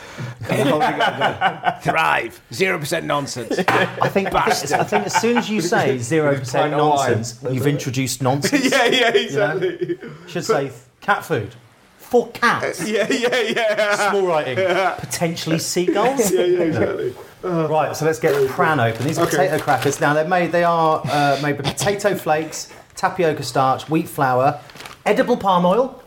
C: Thrive. Zero percent nonsense.
B: I think, I think I think as soon as you
C: *laughs*
B: say zero percent
A: pint of wine.
B: nonsense, you've introduced nonsense.
C: yeah, yeah,
B: you know?
C: exactly.
B: Should say cat food for cats.
C: *laughs* Yeah, yeah,
B: *laughs*
C: yeah.
B: Small writing. Potentially seagulls.
C: Yeah, yeah, exactly.
B: Right, so let's get the pran open. These are
C: Okay.
B: potato crackers. Now they're made. They are uh, made with potato flakes, tapioca starch, wheat flour, edible palm oil.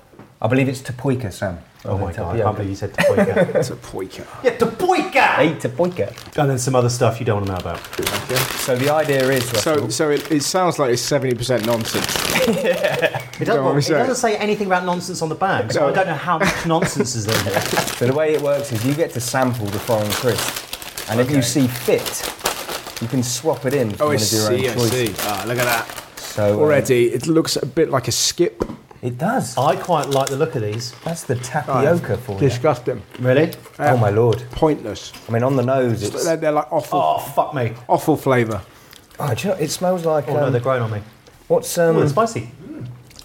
A: I believe it's Tapoika, Sam.
B: Oh my god! I can't believe you said tapioca.
C: It's a poika.
B: *laughs* yeah, tapioca.
A: Hey, Tapoika.
B: And then some other stuff you don't want to know about.
A: So the idea is,
C: So,
A: Russell,
C: so it, it sounds like it's seventy percent nonsense.
B: It doesn't,
C: Go on,
B: it
C: say it.
B: doesn't say anything about nonsense on the bag, so I don't know how much nonsense is in *laughs* here.
A: so the way it works is you get to sample the foreign crisp, and if you see fit, you can swap it in. if you
C: Oh, I
A: wanna do your own
C: see. I
A: choice.
C: see. Ah, look at that.
A: So um,
C: Already, it looks a bit like a skip.
A: it does.
B: I quite like the look of these.
A: That's the tapioca for you.
C: Disgusting.
B: Really?
A: Oh my lord!
C: Pointless.
A: I mean, on the nose, it's.
C: They're, they're like awful,
B: Oh fuck me!
C: awful flavour.
A: Oh, do you know, it smells like.
B: Oh no,
A: um,
B: they're grown on me.
A: what's
B: Oh,
A: um?
B: they're spicy.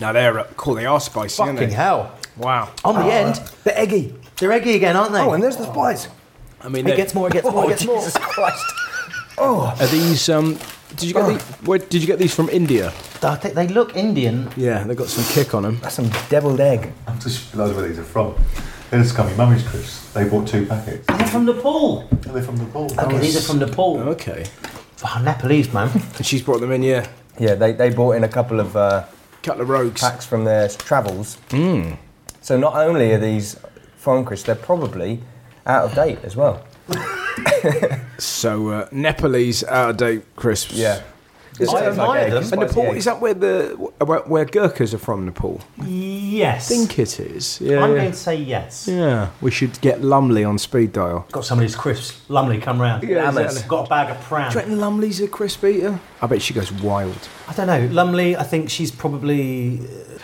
C: Now they're uh, cool. They are spicy, aren't
B: Fucking
C: they?
B: hell!
C: Wow.
B: On the end,
A: they're eggy.
B: they're eggy again, aren't they?
A: uh, Oh, and there's the spice.
C: I mean,
B: it gets more. It gets more.
A: Oh,
B: it gets more.
A: Jesus Christ!
C: Are these? Um, did you get these? Where, did you get these from India?
B: I think they look Indian.
C: Yeah, they got some kick on them.
A: That's some deviled egg.
D: I've just realised where these are from. They're just coming mummy's crisps. They bought two packets.
B: They're from Nepal.
D: Are they from Nepal?
B: Okay, these are from Nepal.
C: Okay.
B: Oh, Nepalese man.
C: And she's brought them in. Yeah,
A: Yeah, they, they bought in a couple of uh,
C: couple of rogues.
A: packs from their travels.
C: Hmm.
A: So not only are these foreign crisps, they're probably out of date as well.
C: So uh, Nepalese out of date crisps.
A: Yeah.
C: Is
B: I
C: that,
B: admire
A: like egg,
B: them.
A: spicy
C: and Nepal
A: egg.
C: is that where the where, where Gurkhas are from? Nepal.
B: yes.
C: I think it is. Yeah.
B: I'm
C: yeah.
B: going to say yes.
C: yeah. We should get Lumley on speed dial.
B: Got somebody's crisps. Lumley, come round.
C: Yeah,
B: Lumley's
C: exactly.
B: Got a bag of
C: Do you
B: pran.
C: reckon Lumley's a crisp eater? I bet she goes wild.
B: I don't know. Lumley, I think she's probably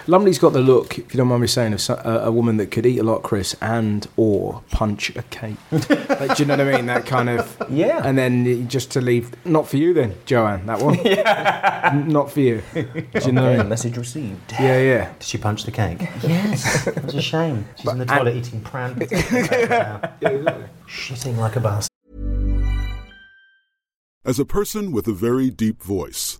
C: Lumley's got the look, if you don't mind me saying, of so- uh, a, a woman that could eat a lot, Chris, and or punch a *laughs* cake. Like, do you know what I mean? That kind of
A: Yeah.
C: And then just to leave, not for you then, Joanne. That one. *laughs* yeah. Not for you. Do you know?
E: Okay, message received.
C: *laughs* Yeah, yeah.
B: Did she punch the
C: *laughs*
B: cake? Yes. It was a shame. She's in the toilet eating pram. Shitting like a bastard.
F: As a person with a very deep voice,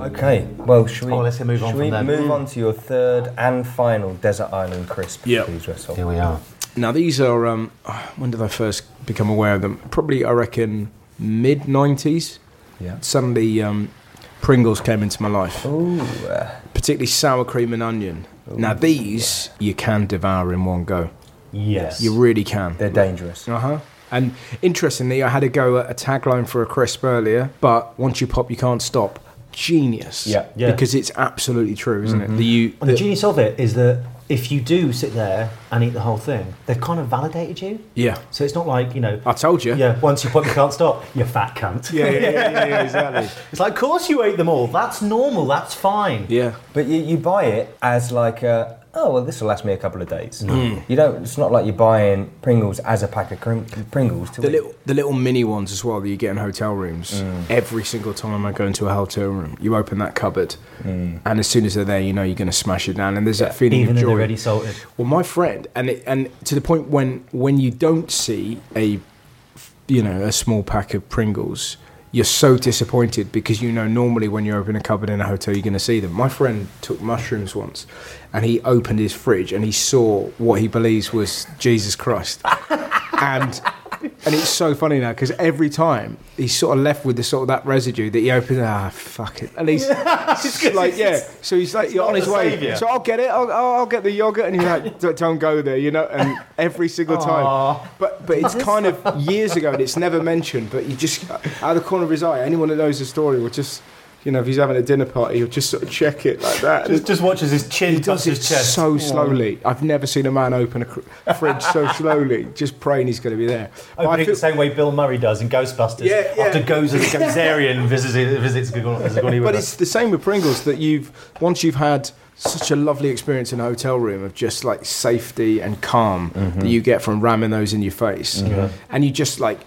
A: Okay, well, should we,
B: Oh, let's move on
A: shall
B: from
A: we
B: them.
A: move
B: Mm.
A: on to your third and final Desert Island crisp,
C: Yep.
A: please, Russell?
B: Here we are.
C: Now these are. Um, *sighs* when did I first become aware of them? Probably, I reckon, mid '90s.
A: Yeah.
C: Suddenly, um, Pringles came into my life,
A: Ooh, uh,
C: particularly sour cream and onion. now these you can devour in one go.
A: yes.
C: You really can.
A: They're dangerous.
C: Uh huh. And interestingly, I had to go at a tagline for a crisp earlier, but once you pop, you can't stop. Genius.
A: Yeah,
B: yeah.
C: Because it's absolutely true, isn't it? The you.
B: And the genius of it is that if you do sit there and eat the whole thing, they've kind of validated you.
C: yeah.
B: So it's not like, you know,
C: I told you.
B: yeah, once you pop, you can't stop. You fat cunt.
C: Yeah, yeah, yeah, yeah, yeah, exactly.
B: *laughs* It's like, of course you ate them all. That's normal. That's fine.
C: Yeah.
A: But you, you buy it as like a, oh, well, this will last me a couple of days.
C: Mm.
A: You don't, it's not like you're buying Pringles as a pack of crim- Pringles to
C: The
A: eat.
C: little, the little mini ones as well that you get in hotel rooms.
B: Mm.
C: Every single time I go into a hotel room, you open that cupboard, and as soon as they're there, you know you're going to smash it down. And there's that feeling
B: Mm. Even
C: of
B: though
C: joy.
B: they're already salted.
C: Well, my friend, and it, and to the point when when you don't see a you know a small pack of Pringles, you're so disappointed because you know normally when you open a cupboard in a hotel, you're going to see them. My friend took mushrooms once, and he opened his fridge and he saw what he believes was Jesus
B: *laughs*
C: Christ, and. And it's so funny now because every time he's sort of left with the sort of that residue that he opens. Ah, fuck it.
B: *laughs*
C: At least, like yeah. So he's like, you're on
B: not
C: his
B: the
C: way.
B: saviour.
C: So I'll get it. I'll, I'll I'll get the yogurt, and you're
B: *laughs*
C: like, "Don't- don't go there, you know. And every single time, but but it's kind of years ago, and it's never mentioned. But you just out of the corner of his eye, anyone that knows the story will just, you know, if he's having a dinner party, he'll just sort of check it like that.
B: Just, just watches his chin
C: he
B: touch
C: does it
B: his chest.
C: so slowly. I've never seen a man open a cr- fridge so slowly, just praying he's going to be there. But
B: Opening
C: I
B: it the same way Bill Murray does in Ghostbusters.
C: Yeah, *laughs* yeah.
B: After goes as a Gazarian visits visits Gagoni- Zagoni
C: But
B: River.
C: it's the same with Pringles that you've once you've had such a lovely experience in a hotel room of just like
A: Mm-hmm.
C: safety and calm that you get from ramming those in your face, and you just like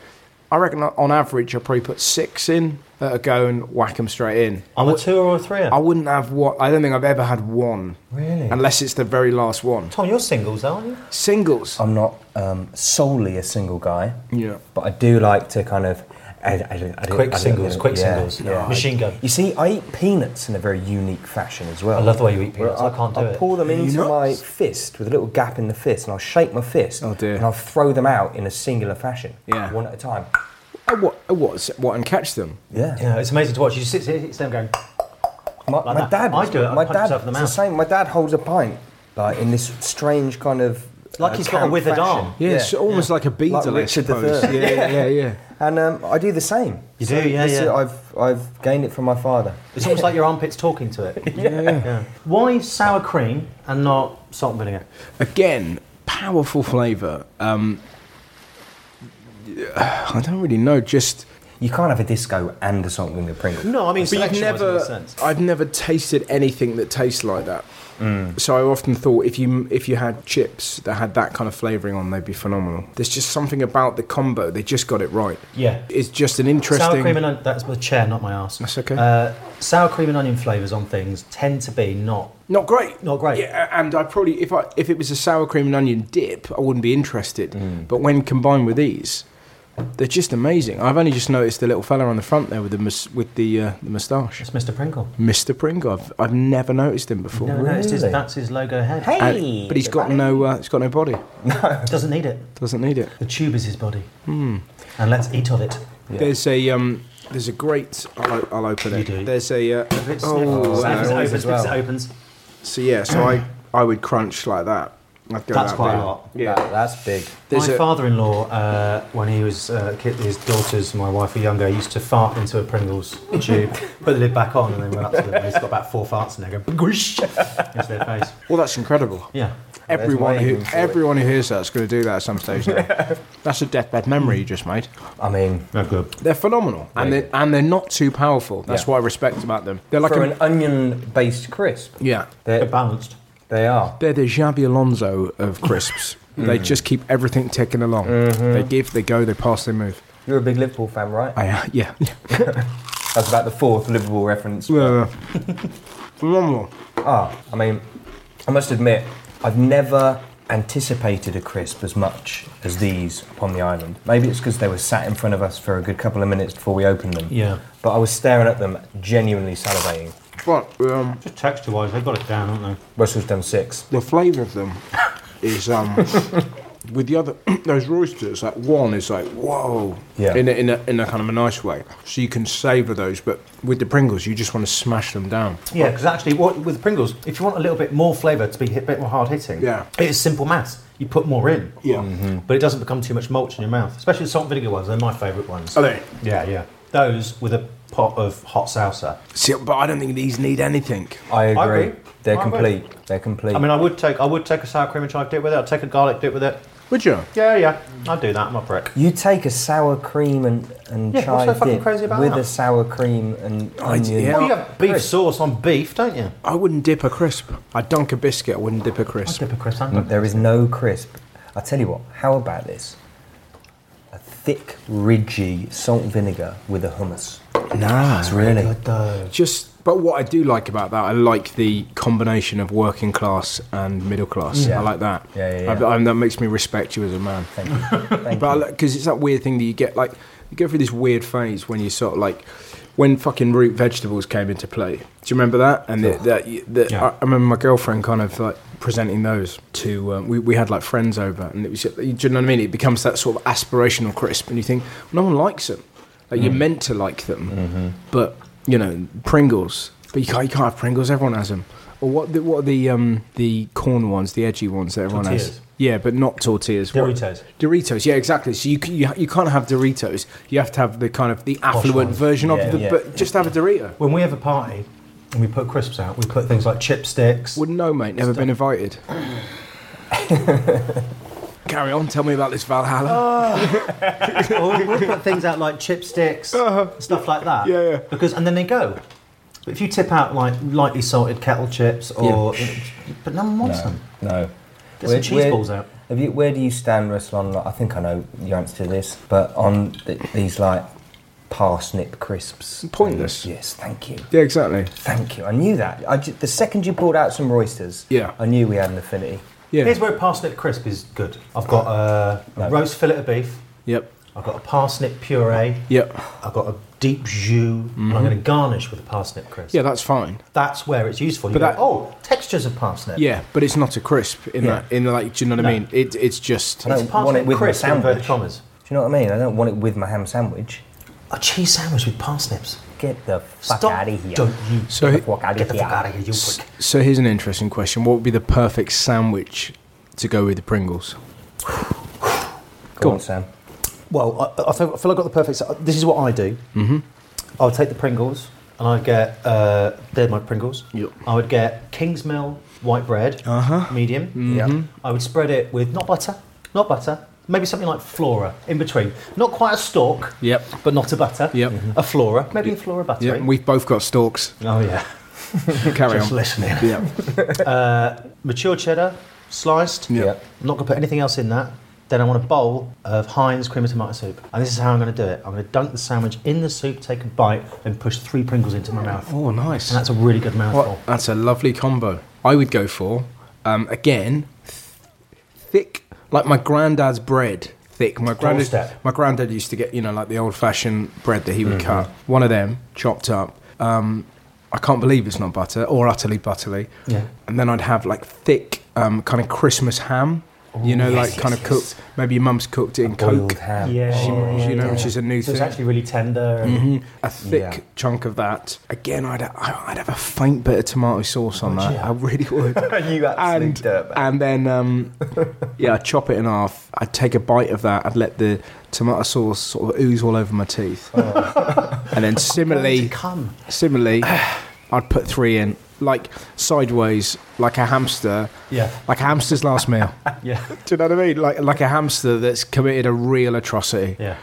C: I reckon on average, I probably put six in that are go and whack them straight in.
B: I'm a two or a three.
C: I wouldn't have what I don't think I've ever had one.
B: Really?
C: Unless it's the very last one.
B: Tom, you're singles, aren't you?
C: Singles.
A: I'm not um, solely a single guy.
C: Yeah.
A: But I do like to kind of. I, I- I- I-
B: Quick
A: I-
B: singles, quick
A: yeah,
B: singles.
A: yeah.
B: Machine gun.
A: You see, I eat peanuts in a very unique fashion as well.
B: I love the way you eat peanuts,
A: Where
B: I can't do
A: I'll
B: it.
A: pour them into my
C: Peanuts?
A: fist with a little gap in the fist, and I'll shake my fist.
C: Oh, dear.
A: And I'll throw them out in a singular fashion.
C: Yeah.
A: One at a time.
C: Oh, what, oh, what, what, and catch them?
A: Yeah.
B: You know, it's amazing to watch. You sit, sit, sit there going,
A: My,
B: Like
A: my
B: that.
A: dad.
B: I do it, I
A: My
B: punch
A: dad.
B: myself in the
A: it's
B: mouth.
A: same. My dad holds a pint, like in this strange kind of.
B: Like
A: uh,
B: he's got a
A: camp
B: withered
A: fashion.
B: arm.
C: Yeah, it's almost like a beadle,
A: Like
C: I
A: Richard the
C: suppose.
A: Third.
C: Yeah, yeah, yeah, yeah.
A: And um, I do the same.
B: You do, yeah,
A: this is-
B: yeah.
A: I've I've gained it from my father.
B: uh, it's almost like your armpit's talking to
C: *laughs*
B: it. yeah. Why sour cream and not salt and vinegar?
C: Again, powerful flavour. Um, I don't really know. Just
A: You can't have a disco and a salt vinegar Pringle.
B: No, I mean,
C: but you've never. I've never tasted anything that tastes like that.
B: Mm.
C: So I often thought if you if you had chips that had that kind of flavouring on, they'd be phenomenal. There's just something about the combo. They just got it right.
B: Yeah.
C: It's just an interesting.
B: Sour cream and onion, that's my chair, not my ass.
C: That's okay.
B: Uh, sour cream and onion flavours on things tend to be not.
C: Not great.
B: Not great.
C: Yeah, and I probably if I if it was a sour cream and onion dip, I wouldn't be interested.
B: Mm.
C: But when combined with these, they're just amazing. I've only just noticed the little fella on the front there with the mus- with the uh, the moustache,
B: It's Mr. Pringle.
C: Mr. Pringle. I've, I've never noticed him before.
B: No, no, it's his,
A: Really?
B: that's his logo head.
C: And-
A: Hey,
C: but he's got no uh, he's got no body.
B: Doesn't need it.
C: Doesn't need it.
B: The tube is his body.
C: Hmm.
B: And let's eat of it.
C: There's a um there's a great I'll, o- I'll open it.
B: You do.
C: There's a uh,
B: If it's
C: oh
B: sniffed,
A: wow. Always as
B: sniffed, it opens, picks it
A: well.
B: opens.
C: so yeah so I I would crunch like that. I'd go
B: That's
C: that
B: quite a
C: big.
B: lot.
C: Yeah.
A: That- that's big.
C: There's
B: my
C: a-
B: father-in-law, uh, when he was uh, kid, his daughters, my wife, were younger, used to fart into a
C: *laughs*
B: Pringles tube, put the lid back on, and then went up to them. And he's got about four farts in there, going
C: *laughs*
B: "Goosh," into their face.
C: Well, that's incredible.
B: Yeah,
C: Everyone
A: my
C: who
A: evening for it.
C: everyone who hears that's going to do that at some
A: *laughs*
C: stage. now. that's a deathbed memory you just made.
A: I mean,
B: no good.
C: They're phenomenal, and they and they're not too powerful. That's
A: Yeah.
C: what I respect about them. They're like
A: for
C: a,
A: an onion-based crisp,
C: yeah,
B: They're
A: they're,
B: balanced.
A: they are.
C: they're the Xavi Alonso
A: *laughs*
C: of crisps.
A: Mm.
C: They just keep everything ticking along.
A: Mm-hmm.
C: They give, they go, they pass, they move.
A: You're a big Liverpool fan, right?
C: I uh,
A: *laughs*
C: yeah, yeah,
A: That's about the fourth Liverpool reference.
C: yeah. phenomenal.
A: Ah, I mean, I must admit, I've never anticipated a crisp as much as these upon the island. Maybe it's because they were sat in front of us for a good couple of minutes before we opened them.
B: Yeah.
A: But I was staring at them, genuinely salivating.
C: But um,
B: Just texture-wise, they've got it down, haven't they?
A: Russell's done six.
C: the flavour of them is um, *laughs* with the other *clears throat* those roysters. Like one is like whoa,
A: Yeah.
C: in a, in a in a kind of a nice way. So you can savour those, but with the Pringles, you just want to smash them down.
B: Yeah, because actually, what, with Pringles, if you want a little bit more flavour to be hit, a bit more hard hitting,
C: Yeah.
B: it is simple maths. You put more in,
C: Yeah.
B: but it doesn't become too much mulch in your mouth. Especially the salt and vinegar ones; they're my favourite ones.
C: Are they?
B: Yeah, yeah. Those with a pot of hot salsa.
C: See, but I don't think these need anything.
A: I agree.
B: agree.
A: They're
B: I agree.
A: complete. They're complete.
B: I mean, I would take I would take a sour cream and chive dip with it. I'd take a garlic dip with it.
C: Would you?
B: Yeah, yeah, I'd do that. I'm a prick.
A: you take a sour cream and, and
B: Yeah, what's so
A: chive
B: fucking
A: dip
B: crazy about
A: with
B: that?
A: a sour cream and
C: I-
A: onion.
C: yeah.
B: Well, you have beef sauce on beef, don't you?
C: I wouldn't dip a crisp. I dunk a biscuit. I wouldn't dip a crisp.
B: Dip a crisp.
A: There is no crisp. I tell you what. How about this? A thick, ridgy salt and vinegar with a hummus.
C: Nah,
A: It's really.
C: just. But what I do like about that, I like the combination of working class and middle class.
A: Yeah.
C: I like that.
A: Mm. Yeah, yeah, yeah.
C: I, I, that makes me respect you as a man.
A: Thank you. Thank you.
C: But because it's that weird thing that you get, like you go through this weird phase when you sort of like when fucking root vegetables came into play. Do you remember that? And the, that y- the,
B: Yeah.
C: I, I remember my girlfriend kind of like presenting those to. Um, we we had like friends over, and it was. Do you know what I mean? It becomes that sort of aspirational crisp, and you think no one likes them. Like you're meant to like them, but you know Pringles. But you can't, you can't have Pringles. Everyone has them. Or what? The, what are the um, the corn ones, the edgy ones that everyone
B: Tortillas.
C: has? Yeah, but not tortillas. What-
B: Doritos.
C: Doritos, yeah, exactly. So you, c- you ha- you can't have Doritos. You have to have the kind of the affluent
B: ones.
C: version of
A: Yeah,
C: the,
A: yeah.
C: but just have a Dorito.
B: When we have a party and we put crisps out, we put things like chipsticks.
C: Wouldn't know, mate. Never been invited. Carry on. Tell me about this Valhalla.
B: or we would put things out like chipsticks, stuff like that.
C: Uh-huh. Yeah, yeah.
B: Because and then they go. But if you tip out like lightly salted kettle chips or, but no one wants them.
A: Mm. No.
B: Get some cheese balls out.
A: Have you, where do you stand, Russell, on, like, I think I know the answer to this, but on th- these like parsnip crisps?
C: Pointless.
A: Yes, thank you.
C: Yeah, exactly.
A: Thank you. I knew that. I ju- the second you brought out some roysters,
C: Yeah.
A: I knew we had an affinity.
C: Yeah.
B: Here's where parsnip crisp is good. I've got a, a roast fillet of beef.
C: Yep.
B: I've got a parsnip puree.
C: Yep.
B: I've got a deep jus, and
A: Mm-hmm.
B: I'm going to garnish with a parsnip crisp.
C: Yeah, that's fine.
B: That's where it's useful. You
C: But
B: go,
C: that-
B: oh, textures of parsnip.
C: Yeah, but it's not a crisp in
A: Yeah.
C: that. In the, like, do you know what I mean? It, it's just.
A: I
B: It's
A: don't want it
B: parsnip
A: with my
B: crisp in
A: sandwich.
B: inverted
A: Do
B: commas.
A: you know what I mean? I don't want it with my ham sandwich.
B: A cheese sandwich with parsnips.
A: Get the fuck
B: Stop.
A: out of here.
B: Don't you
C: So
A: Get
C: he-
A: the fuck out
B: get
A: of
B: the
A: here.
B: fuck out of here, you prick.
C: So here's an interesting question: What would be the perfect sandwich to go with the Pringles?
A: Go on, Sam.
B: Well, I, I feel I feel I've got the perfect. This is what I do. Mm-hmm. I would take the Pringles, and I'd get uh, they're my Pringles.
C: Yep.
B: I would get Kingsmill white bread, uh-huh. medium.
C: Mm-hmm.
B: Yeah. I would spread it with not butter, not butter, maybe something like flora in between. Not quite a stalk.
C: Yep.
B: But not a butter.
C: Yep. Mhm.
B: A flora, maybe a flora
C: Yeah,
B: butter.
C: we've both got stalks.
B: oh yeah.
C: Carry
B: Just
C: on.
B: listening.
C: Yeah,
B: Mature cheddar, sliced.
C: Yeah.
B: I'm not going to put anything else in that. Then I want a bowl of Heinz cream and tomato soup. And this is how I'm going to do it. I'm going to dunk the sandwich in the soup, take a bite, and push three Pringles into my mouth.
C: Oh, nice.
B: And that's a really good mouthful.
C: What- that's a lovely combo. I would go for um, again th- thick, like my granddad's bread. Thick. My granddad.
B: Doorstep.
C: My granddad used to get you know like the old-fashioned bread that he would
A: Mm-hmm.
C: cut. One of them chopped up. Um, I can't believe it's not butter or utterly butterly.
B: Yeah.
C: And then I'd have like thick, um, kind of Christmas ham. you know, like kind of cooked. Maybe your mum's cooked it in
A: Boiled
C: coke.
A: ham.
B: Yeah,
C: She-
B: yeah,
C: you know,
B: yeah.
C: which is a new
B: So it's
C: thing.
B: actually really tender.
A: Mm-hmm.
B: And
C: Mm-hmm. A thick
A: Yeah.
C: chunk of that. Again, I'd, I'd have a faint bit of tomato sauce on that. I really would.
A: *laughs* You absolute
C: and,
A: dirtbag.
C: and
B: *laughs*
C: then, um, yeah, I'd chop it in half. I'd take a bite of that. I'd let the tomato sauce sort of ooze all over my teeth.
B: Oh.
C: *laughs* and then similarly,
B: Come.
C: similarly, I'd put three in, like sideways, like a hamster.
B: Yeah.
C: Like a hamster's
B: *laughs*
C: last meal.
B: Yeah.
C: Do you know what I mean? Like like a hamster that's committed a real atrocity
B: Yeah.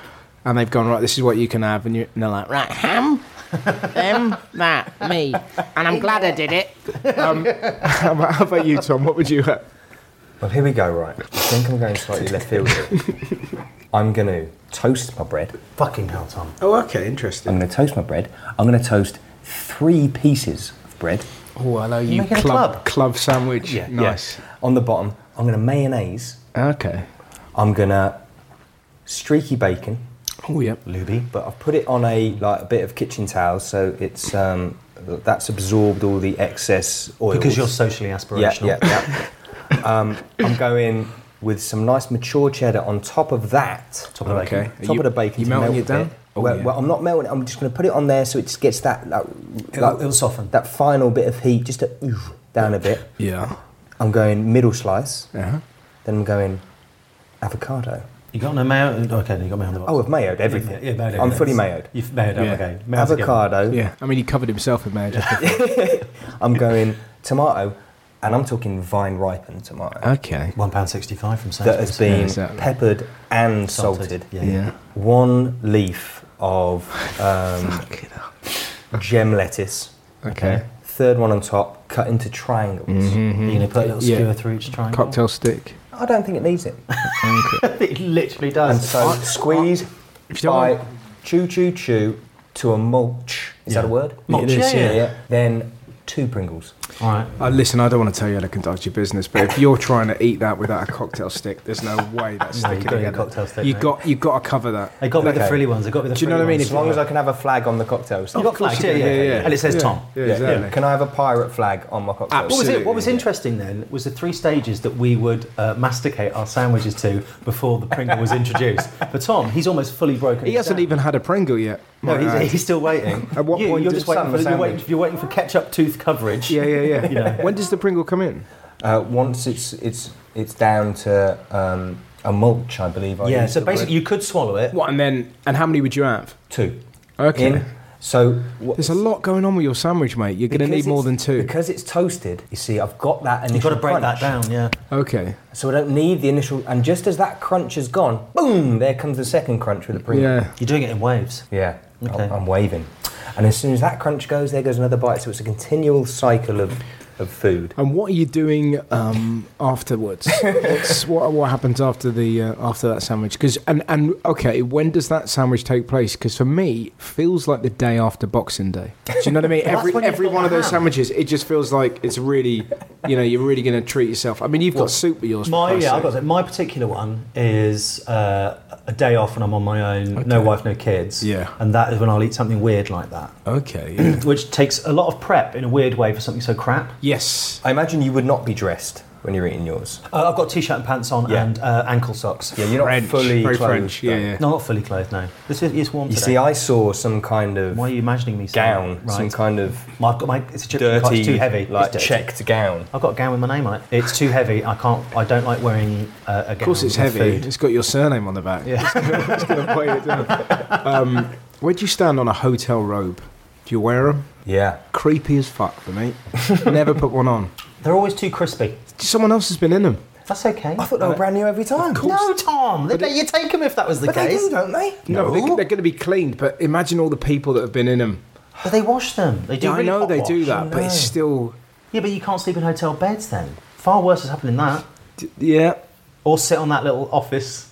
C: and they've gone right. This is what you can have, and, you, and they're like, right, ham, them, that, me, and I'm glad I did it. Um, how about how about you, Tom? What would you have?
A: Well, here we go, right. I think I'm going
C: *laughs*
A: slightly left field here. I'm going to toast my bread.
B: Fucking hell, Tom.
C: Oh, okay, interesting.
A: I'm going to toast my bread. I'm going to toast three pieces of bread.
C: Oh, I know you
B: Making a
C: club
B: club.
C: club sandwich.
B: Yeah.
C: nice.
A: On the bottom, I'm going to mayonnaise.
C: Okay.
A: I'm going to streaky bacon,
C: Oh, yep.
B: Luby.
A: but I've put it on a like a bit of kitchen towel, so it's um, that's absorbed all the excess oil.
B: Because you're socially
A: yeah,
B: aspirational.
A: yeah, yeah. um, I'm going with some nice mature cheddar on top of that.
B: Top of the bacon.
C: Okay.
A: top
C: You-
A: of the bacon.
C: you
A: to
C: melting
A: melt
C: it down?
A: bit.
C: Oh,
A: well,
C: yeah.
A: well, I'm not melting. it, I'm just going to put it on there so it just gets that. Like,
B: It'll-
A: like-
B: it'll soften.
A: That final bit of heat just to oof, down a bit.
C: Yeah.
A: I'm going middle slice.
C: Yeah.
A: Then I'm going avocado.
B: You got no mayo? Okay, you got mayo on the box.
A: Oh, I've mayoed everything.
B: Yeah, yeah, mayoed
A: I'm
B: everything.
A: fully mayoed.
B: You've mayoed, oh,
C: Yeah.
B: okay. Mayo's again.
A: avocado.
C: Yeah. I mean, he covered himself in *laughs* mayo. just before.
A: I'm going tomato, and I'm talking vine ripened tomato
C: okay.
B: £1.65 from
A: that has
B: Sainsbury's.
A: been
C: Ah, exactly.
A: peppered and salted.
B: Yeah.
C: Yeah.
A: One leaf of um, gem lettuce.
C: Okay.
A: Third one on top, cut into triangles.
B: You're going to put a little
C: Yeah.
B: skewer through each triangle.
C: Cocktail stick.
A: I don't think it needs it.
B: It literally
A: And
B: does.
A: so squeeze,
C: If you don't
A: bite,
C: want-
A: chew, chew, chew to a mulch. Is that a word?
B: Mulch, It is, yeah, yeah.
A: Then two Pringles.
B: All right.
C: Uh, listen, I don't want to tell you how to conduct your business, but if you're trying to eat that without a cocktail stick, there's no way that's
B: No,
C: sticking
B: you've got to get a
C: together.
B: cocktail stick,
C: you
B: mate.
C: got you got to cover that.
B: They got me the
A: Okay.
B: frilly ones. They got me the.
C: Do you know
B: frilly
C: what I mean?
B: ones.
A: As long as I can have a flag on the cocktails.
B: Oh, You got flagged, yeah, yeah, yeah, And it says Tom.
C: Yeah,
A: Yeah,
C: exactly.
A: Can I have a pirate flag on my cocktails?
B: Ah, What was it? What was
C: Absolutely, yeah.
B: interesting then was the three stages that we would uh, masticate our sandwiches to before the Pringle was
C: *laughs*
B: introduced. For Tom, he's almost fully broken.
C: He
B: it
C: hasn't
B: down.
C: even had a Pringle yet.
B: No,
C: might I add.
B: he's, he's still waiting.
C: At what
B: you,
C: point
B: you're
C: does
B: just waiting
A: Sam
B: for,
A: the
B: you're waiting,
A: sandwich-
B: you're waiting for ketchup tooth coverage.
C: *laughs* yeah, yeah, *laughs* yeah.
B: know.
C: When does the Pringle come in?
A: Uh, once it's it's it's down to um, a mulch, I believe. I
B: Yeah.
A: used
B: So
A: the word.
B: basically, you could swallow it.
C: What and then and how many would you have?
A: two.
C: Okay.
A: In. So what,
C: There's a lot going on with your sandwich, mate. You're going to
A: because
C: need more
A: it's-
C: than two. *laughs*
A: because it's toasted. You see, I've got that initial.
B: You've got to break that
A: crunch.
B: down. Yeah.
C: okay.
A: So I don't need the initial. And just as that crunch is gone, boom! There comes the second crunch with the Pringle.
C: Yeah.
B: You're doing it in waves.
A: Yeah,
B: Okay.
A: I'm, I'm waving. And as soon as that crunch goes, there goes another bite. So it's a continual cycle of
B: of food.
C: And what are you doing um,
B: *laughs*
C: afterwards? What's, what, what happens after the uh, after that sandwich? Because and and okay, when does that sandwich take place? Because for me, feels like the day after Boxing Day. Do you know what
B: *laughs*
C: I mean? every
B: when Ah. you've
C: every
B: got
C: one of those
B: ham.
C: sandwiches, it just feels like it's really, you know, you're really going to treat yourself. I mean, you've got soup with yours. for
B: My
C: Christ's
B: yeah, I've
C: sake.
B: got to say, my particular one is uh, a day off when I'm on my own, no wife, no kids.
C: Yeah.
B: and that is when I'll eat something weird like that,
C: okay. yeah.
B: which takes a lot of prep in a weird way for something so crap.
C: *clears throat* yes.
A: I imagine you would not be dressed when you're eating yours.
B: Uh, I've got t-shirt and pants on
A: Yeah.
B: and uh, ankle socks.
A: Yeah, you're not
C: French,
A: fully
C: very
A: clothed,
C: French. Yeah,
A: though.
C: yeah.
B: No, not fully clothed. No, this is it's warm
A: You
B: today.
A: see, I saw some kind of
B: Why are you imagining me saying
A: gown,
B: that? Right.
A: some kind of
B: My- I've got my it's Egyptian cut,
A: dirty,
B: it's too heavy. It's
A: like
B: dirty.
A: checked gown.
B: I've got a gown with my name on it. It's too heavy. I can't. I don't like wearing uh, a gown.
C: Of course, it's heavy.
B: Food.
C: It's got your surname on the back. Yeah. it's going to weigh it down.
B: *laughs*
C: Um, where do you stand on a hotel robe? Do you wear them?
A: Yeah.
C: Creepy as fuck for *laughs* me. Never put one on.
B: They're always too crispy.
C: Someone else has been in them.
B: That's okay.
A: I thought they were brand new every time.
B: No, Tom. They'd let you take them if that was the
A: but they
B: case.
A: do, don't they?
C: No, they're, they're going to be cleaned, but imagine all the people that have been in them.
B: But they wash them. They do.
C: Yeah, I
B: really
C: know
B: hot
C: they do
B: wash.
C: that, but it's still.
B: Yeah, but you can't sleep in hotel beds then. Far worse has happened than that.
C: Yeah.
B: Or sit on that little office.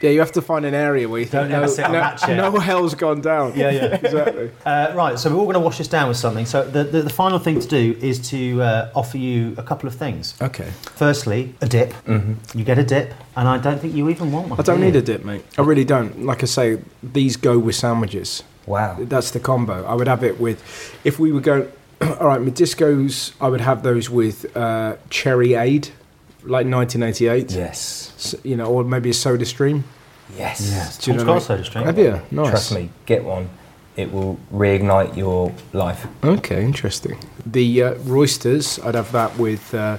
C: Yeah, you have to find an area where you
B: Don't
C: think
B: ever
C: no,
B: sit on
C: no-
B: that chair.
C: no hell's gone down.
B: Yeah, yeah.
C: *laughs* exactly.
B: Uh, right, so we're all going to wash this down with something. So the, the, the final thing to do is to uh, offer you a couple of things.
C: Okay.
B: Firstly, a dip. You get a dip, and I don't think you even want one.
C: Mm-hmm. I don't
B: do
C: need
B: you?
C: a dip, mate. I really don't. Like I say, these go with sandwiches.
A: Wow.
C: That's the combo. I would have it with, if we were going, *clears throat* all right, Medisco's, I would have those with uh, Cherry Aid, like 1988.
A: Yes.
C: S- you know, or maybe a soda stream.
A: Yes.
B: Yes.
C: Do you
B: Tom's
C: know
B: got
C: what
B: a soda stream.
C: Have you? Nice.
A: Trust me, get one. It will reignite your life.
C: Okay, interesting. The uh, roysters, I'd have that with uh,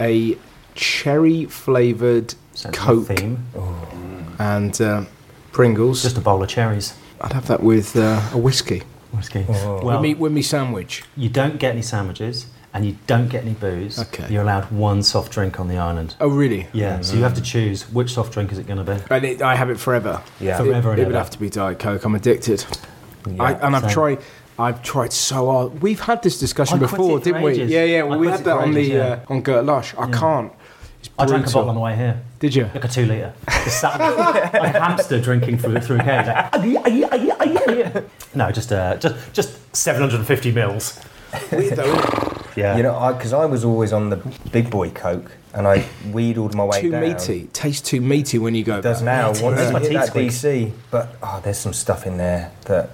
C: a cherry flavoured
B: Sense of
C: Coke
B: Theme.
C: and uh, Pringles.
B: Just a bowl of cherries.
C: I'd have that with uh, a whiskey.
B: Whiskey.
C: With
B: Well,
C: Oh. me, with me sandwich.
B: you don't get any sandwiches, and you don't get any booze.
C: Okay.
B: You're allowed one soft drink on the island.
C: Oh, really?
B: Yeah, so you have to choose which soft drink is it going to be.
C: And it, I have it forever.
A: Yeah.
C: It-
B: Forever and
C: it, would
B: ever.
C: have to be Diet Coke. I'm addicted. I, and I've
B: same.
C: tried. I've tried so hard. We've had this discussion
B: I quit
C: before,
B: it for
C: didn't we?
B: ages.
C: Yeah, yeah.
B: I
C: Well, we
B: quit
C: had
B: it
C: that
B: for
C: on
B: ages,
C: the
B: yeah.
C: uh, on Gert Lush. I can't. It's
B: I drank a
C: brutal.
B: bottle on the way here.
C: Did you?
B: Like a two litre. Just sat like *laughs* a hamster drinking through through a *laughs* cage. Like, "Aye, aye, aye, aye, aye." no, just uh, just just 750 mils.
C: Weird though, isn't it?
B: Yeah.
A: You know, because I, was always on the big boy Coke, and I wheedled my way
C: too
A: down.
C: meaty. Tastes too meaty when you go.
A: Does
C: back.
A: now
B: Yeah,
A: once
B: that's
A: you
B: my
A: hit
B: teeth
A: that
B: squeak.
A: DC, but oh, there's some stuff in there that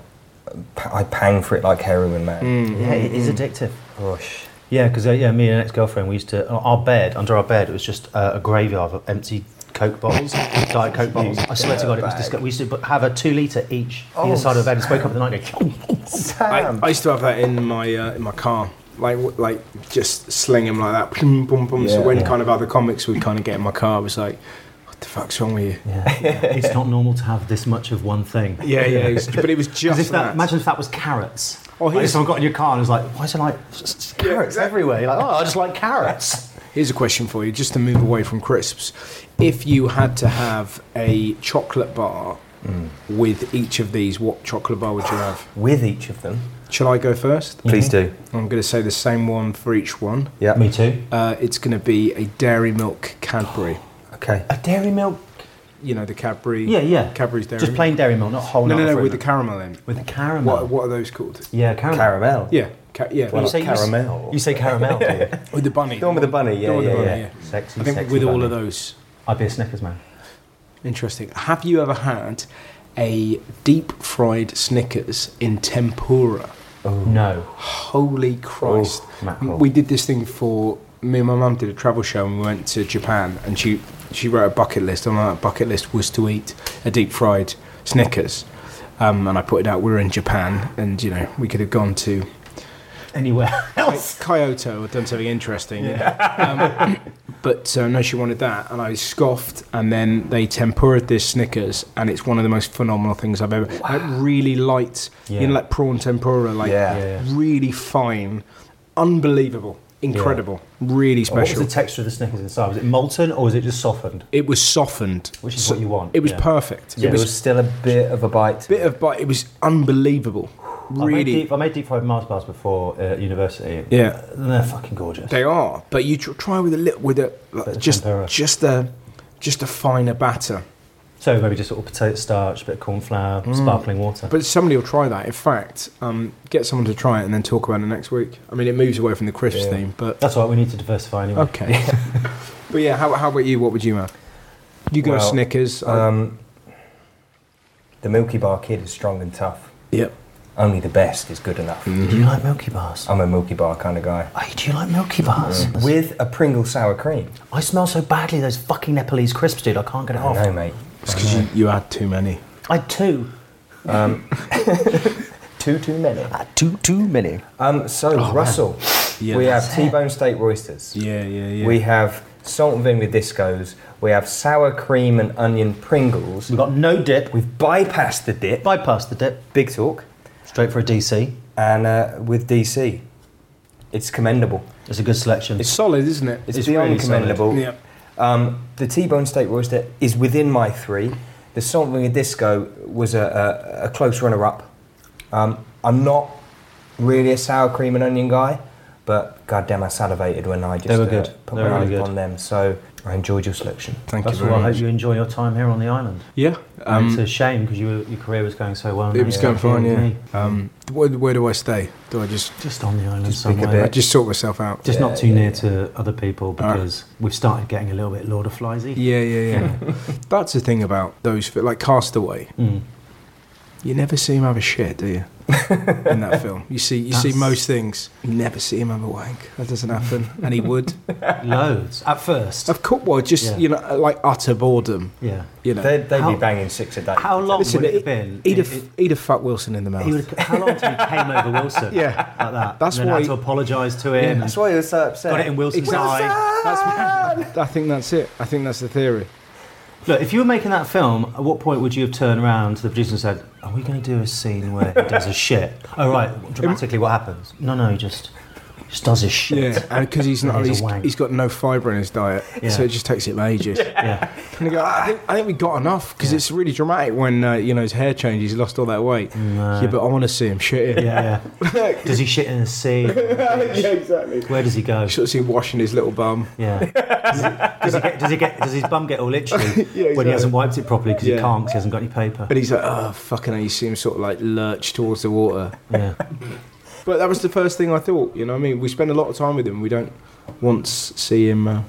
A: pa- I pang for it like heroin, man.
B: yeah, it is addictive.
A: Gosh.
B: Mm. Yeah, because uh, yeah, me and an ex-girlfriend, we used to our bed under our bed. It was just uh, a graveyard of empty Coke *laughs* bottles, diet Coke bottles. I swear to God, it was disgusting. We used to bu- have a two litre each either side of the bed. And spoke up at the night. *laughs* Going,
C: I,
A: Sam.
C: I used to have that in my uh, in my car, like w- like just sling him like that, boom, boom, boom. so
A: Yeah.
C: when
A: Yeah.
C: kind of other comics would kind of get in my car, I was like, "What the fuck's wrong with you?" *laughs*
B: yeah, it's not normal to have this much of one thing.
C: Yeah,
B: *laughs*
C: yeah. it was- *laughs* but it was
B: As
C: just
B: if that,
C: that.
B: imagine if that was carrots.
C: Oh,
B: Oh,
C: here's-
B: like someone got in your car and was like, "Why is there like s- s- carrots everywhere?" You're like, "Oh, I just like
C: *laughs*
B: carrots."
C: Here's a question for you, just to move away from crisps. If you had to have a chocolate bar
B: Mm.
C: with each of these, what chocolate bar would you have?
A: With each of them.
C: Shall I go first?
A: Please do.
C: I'm going to say the same one for each one.
A: Yeah.
B: Me too.
C: Uh, it's going to be a Dairy Milk Cadbury.
A: Okay.
B: A dairy milk.
C: You know the Cadbury.
B: Yeah, yeah.
C: Cadbury's Dairy.
B: Just
C: Milk.
B: plain dairy milk, not whole.
C: No,
B: nut
C: no, no,
B: fruit
C: with the
B: milk.
C: caramel in.
B: with the caramel.
C: What, what are those called?
B: Yeah, caramel.
A: Caramel.
C: Yeah, ca- yeah.
A: Well,
B: You
A: like
B: say- you s-
A: caramel.
B: You say caramel, do
C: *laughs*
B: you?
C: with the bunny.
A: The one with the bunny, yeah,
C: The one with the
A: yeah,
C: bunny,
A: yeah.
B: Sexy,
C: I think
B: sexy
C: with all
B: bunny.
C: of those.
B: I'd be a Snickers man.
C: Interesting. Have you ever had a deep fried Snickers in tempura?
B: No.
C: Holy Christ.
B: mackerel.
C: we did this thing for me and my mum did a travel show and we went to Japan and she she wrote a bucket list. On that bucket list was to eat a deep fried Snickers. Um, and I put it out. We were in Japan, and you know we could have gone to *laughs*
B: Anywhere else?
C: like Kyoto or done something interesting. *laughs* Um, but uh, no, she wanted that, and I scoffed, and then they tempura this Snickers, and it's one of the most phenomenal things I've ever. Like really light, you
B: Yeah.
C: know, like prawn tempura, like
A: Yeah.
B: Yeah.
C: really fine, unbelievable, incredible, really
B: What was
C: special.
B: the texture of the Snickers inside? Was it molten or was it just softened?
C: it was softened,
B: Which is what you want,
C: It was
B: yeah.
C: perfect.
A: It was still a bit of a bite.
C: bit of bite. It was unbelievable.
G: really.
B: I made deep, I made deep fried Mars bars before uh, at university.
G: Yeah.
B: And they're fucking gorgeous.
C: They are, but you tr- try with a little, with a like,
B: of
C: just
B: tempura.
C: just a just a finer batter.
B: so maybe just sort of potato starch, bit of corn flour, sparkling water.
C: Mm. But somebody will try that. In fact, um, get someone to try it and then talk about it next week. I mean, it moves away from the crisps
B: Yeah.
C: theme, but
B: That's all right, we need to diversify anyway.
C: *laughs* okay. but yeah, how, how about you? What would you have? You go
A: Well,
C: Snickers. I-
A: Um, the Milky Bar Kid is strong and tough.
C: yep.
A: Only the best is good enough.
H: Mm-hmm.
B: Do you like Milky Bars?
A: I'm a Milky Bar kind of guy.
B: Hey, do you like Milky Bars?
A: With a Pringle sour cream.
B: I smell so badly those fucking Nepalese crisps, dude. I can't get it
H: Oh.
A: I
B: off.
A: know, mate.
C: It's because you, you had too many.
B: I had two.
A: Too, too many.
B: Too, too many.
A: Um, so, Russell,
C: Yeah,
A: we
C: that's
A: have T-bone steak roysters.
C: Yeah, yeah, yeah.
A: We have salt and vinegar discos. We have sour cream and onion Pringles.
B: We've got no dip. We've
A: We've bypassed the dip.
B: bypassed the dip.
A: Big talk.
B: Straight for a DC.
A: And uh, with DC, it's commendable.
B: It's a good selection.
C: It's solid, isn't it?
A: It's, beyond
B: really solid.
A: commendable.
C: yeah.
A: Um, the T-bone steak royster is within my three. The salt and vinegar disco was a, a, a close runner-up. Um, I'm not really a sour cream and onion guy, but goddamn, I salivated when I just
B: They were
A: uh,
B: good.
A: put
B: They
A: my
B: were really
A: mouth
B: good.
A: on them. So I enjoyed your selection.
C: Thank
B: That's
C: you very
B: all. I
C: much.
B: hope you enjoy your time here on the island.
C: Yeah.
B: Um,
C: Um,
B: it's a shame because you, your career was going so well.
C: it
B: now
C: was
B: you're
C: going
B: here
C: fine,
B: with me.
C: yeah. Um, where, where do I stay? Do I just
B: Just on the island
A: pick a
B: somewhere.
A: bit.
C: just sort myself out?
B: Just
A: Yeah,
B: not too
A: yeah,
B: near
A: yeah.
B: to other people because we've started getting a little bit Lord of Fliesy.
C: Yeah, yeah, *laughs* yeah. That's the thing about those, fi- like Castaway.
B: Mm.
C: You never see him have a shit, do you? In *laughs* that film, you see, you see
B: That's-
C: most things. You never see him have a wank. That doesn't happen, *laughs* and he would.
B: Loads at first.
C: Of course, well, just
B: Yeah.
C: you know, like utter boredom.
B: Yeah.
C: You know,
A: They'd, they'd
B: How-
A: be banging six a day.
B: How long
C: Listen,
B: would it have
C: it-
B: been?
C: he'd
B: It-
C: have,
B: it-
C: he'd have fucked Wilson in the mouth.
B: he would, how long till he came over Wilson?
C: *laughs* Yeah.
B: like that.
C: That's
B: and then
C: why-
B: had to apologise to him.
A: That's
B: and
A: why he was so upset.
B: got it in Wilson's eye.
C: That's- I think that's it. I think that's the theory.
B: Look, if you were making that film, at what point would you have turned around to the producer and said, "Are we going to do a scene where he does a shit?" Oh right, dramatically, what happens? No, no, he just just does his shit.
C: Yeah, and because he's not,
B: He's a
C: he's,
B: wank.
C: he's got no fibre in his diet,
B: Yeah.
C: so it just takes him ages.
B: Yeah.
C: And I go, I think, I think we got enough because it's really dramatic when uh, you know his hair changes, he's lost all that weight. Yeah, but I want to see him shitting.
B: yeah, yeah. Does he shit in the sea?
C: *laughs* yeah, exactly.
B: Where does he go?
C: Sort of see him washing his little bum.
B: Yeah. Does, he, does he get? Does he get? Does his bum get all
C: *laughs*
B: itchy when he
C: exactly.
B: hasn't wiped it properly because
C: Yeah.
B: he can't? 'cause he hasn't got any paper.
C: And he's like, oh, fucking hell. You see him sort of like lurch towards the water.
B: Yeah.
C: *laughs* But that was the first thing I thought, you know what I mean? We spend a lot of time with him. We don't once see him uh,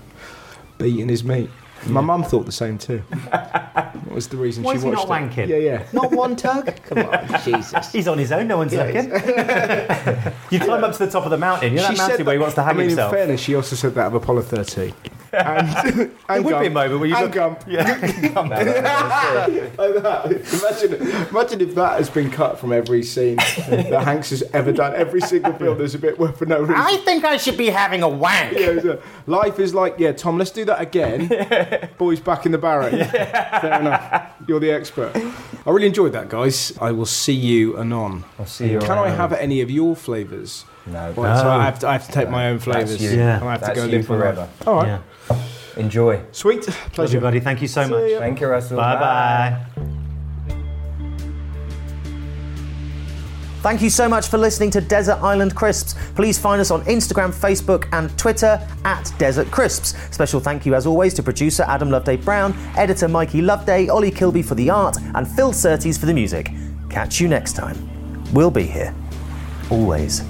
C: beating his meat. My mum thought the same too. That was the reason
B: Why
C: she
B: is he
C: watched
B: not
C: it.
B: wanking?
C: Yeah, yeah.
B: Not one
C: *laughs*
B: tug.
A: Come
B: *laughs*
A: on, Jesus.
B: He's on his own, no one's looking. *laughs* you climb up to the top of the mountain, you're that mountain where he wants to hang
C: I mean,
B: himself.
C: in fairness, she also said that of
B: *laughs*
C: Apollo 13. And, *laughs* and
B: there would be a
C: Gump.
B: moment where you
C: and
B: look
C: Gump. Like that. Imagine, imagine if that has been cut from every scene that Hanks has ever done. Every single film, there's a bit where for no reason.
B: think I should *laughs* be having a wank.
C: Yeah, it's a- life is like, yeah, Tom, let's do that again. Boys back in the barrack. Fair enough. You're the expert. I really enjoyed that, guys. I will see you anon. I'll
A: see you
C: Can I
A: around.
C: have any of your flavours?
A: No.
C: Right, so I have to, I have to take my own
A: That's
C: flavours.
A: you.
B: Yeah.
C: And I have
A: That's
C: to go
A: you
C: live my life.
A: forever.
C: All right.
B: Yeah.
A: Enjoy.
B: Love
C: Sweet.
B: you,
C: Pleasure.
B: buddy. Thank you so much.
C: ya.
A: Thank you, Russell.
B: Bye bye. Thank you so much for listening to Desert Island Crisps. Please find us on Instagram, Facebook, and Twitter at Desert Crisps. Special thank you, as always, to producer Adam Loveday Brown, editor Mikey Loveday, Ollie Kilby for the art, and Phil Surtees for the music. Catch you next time. We'll be here. Always.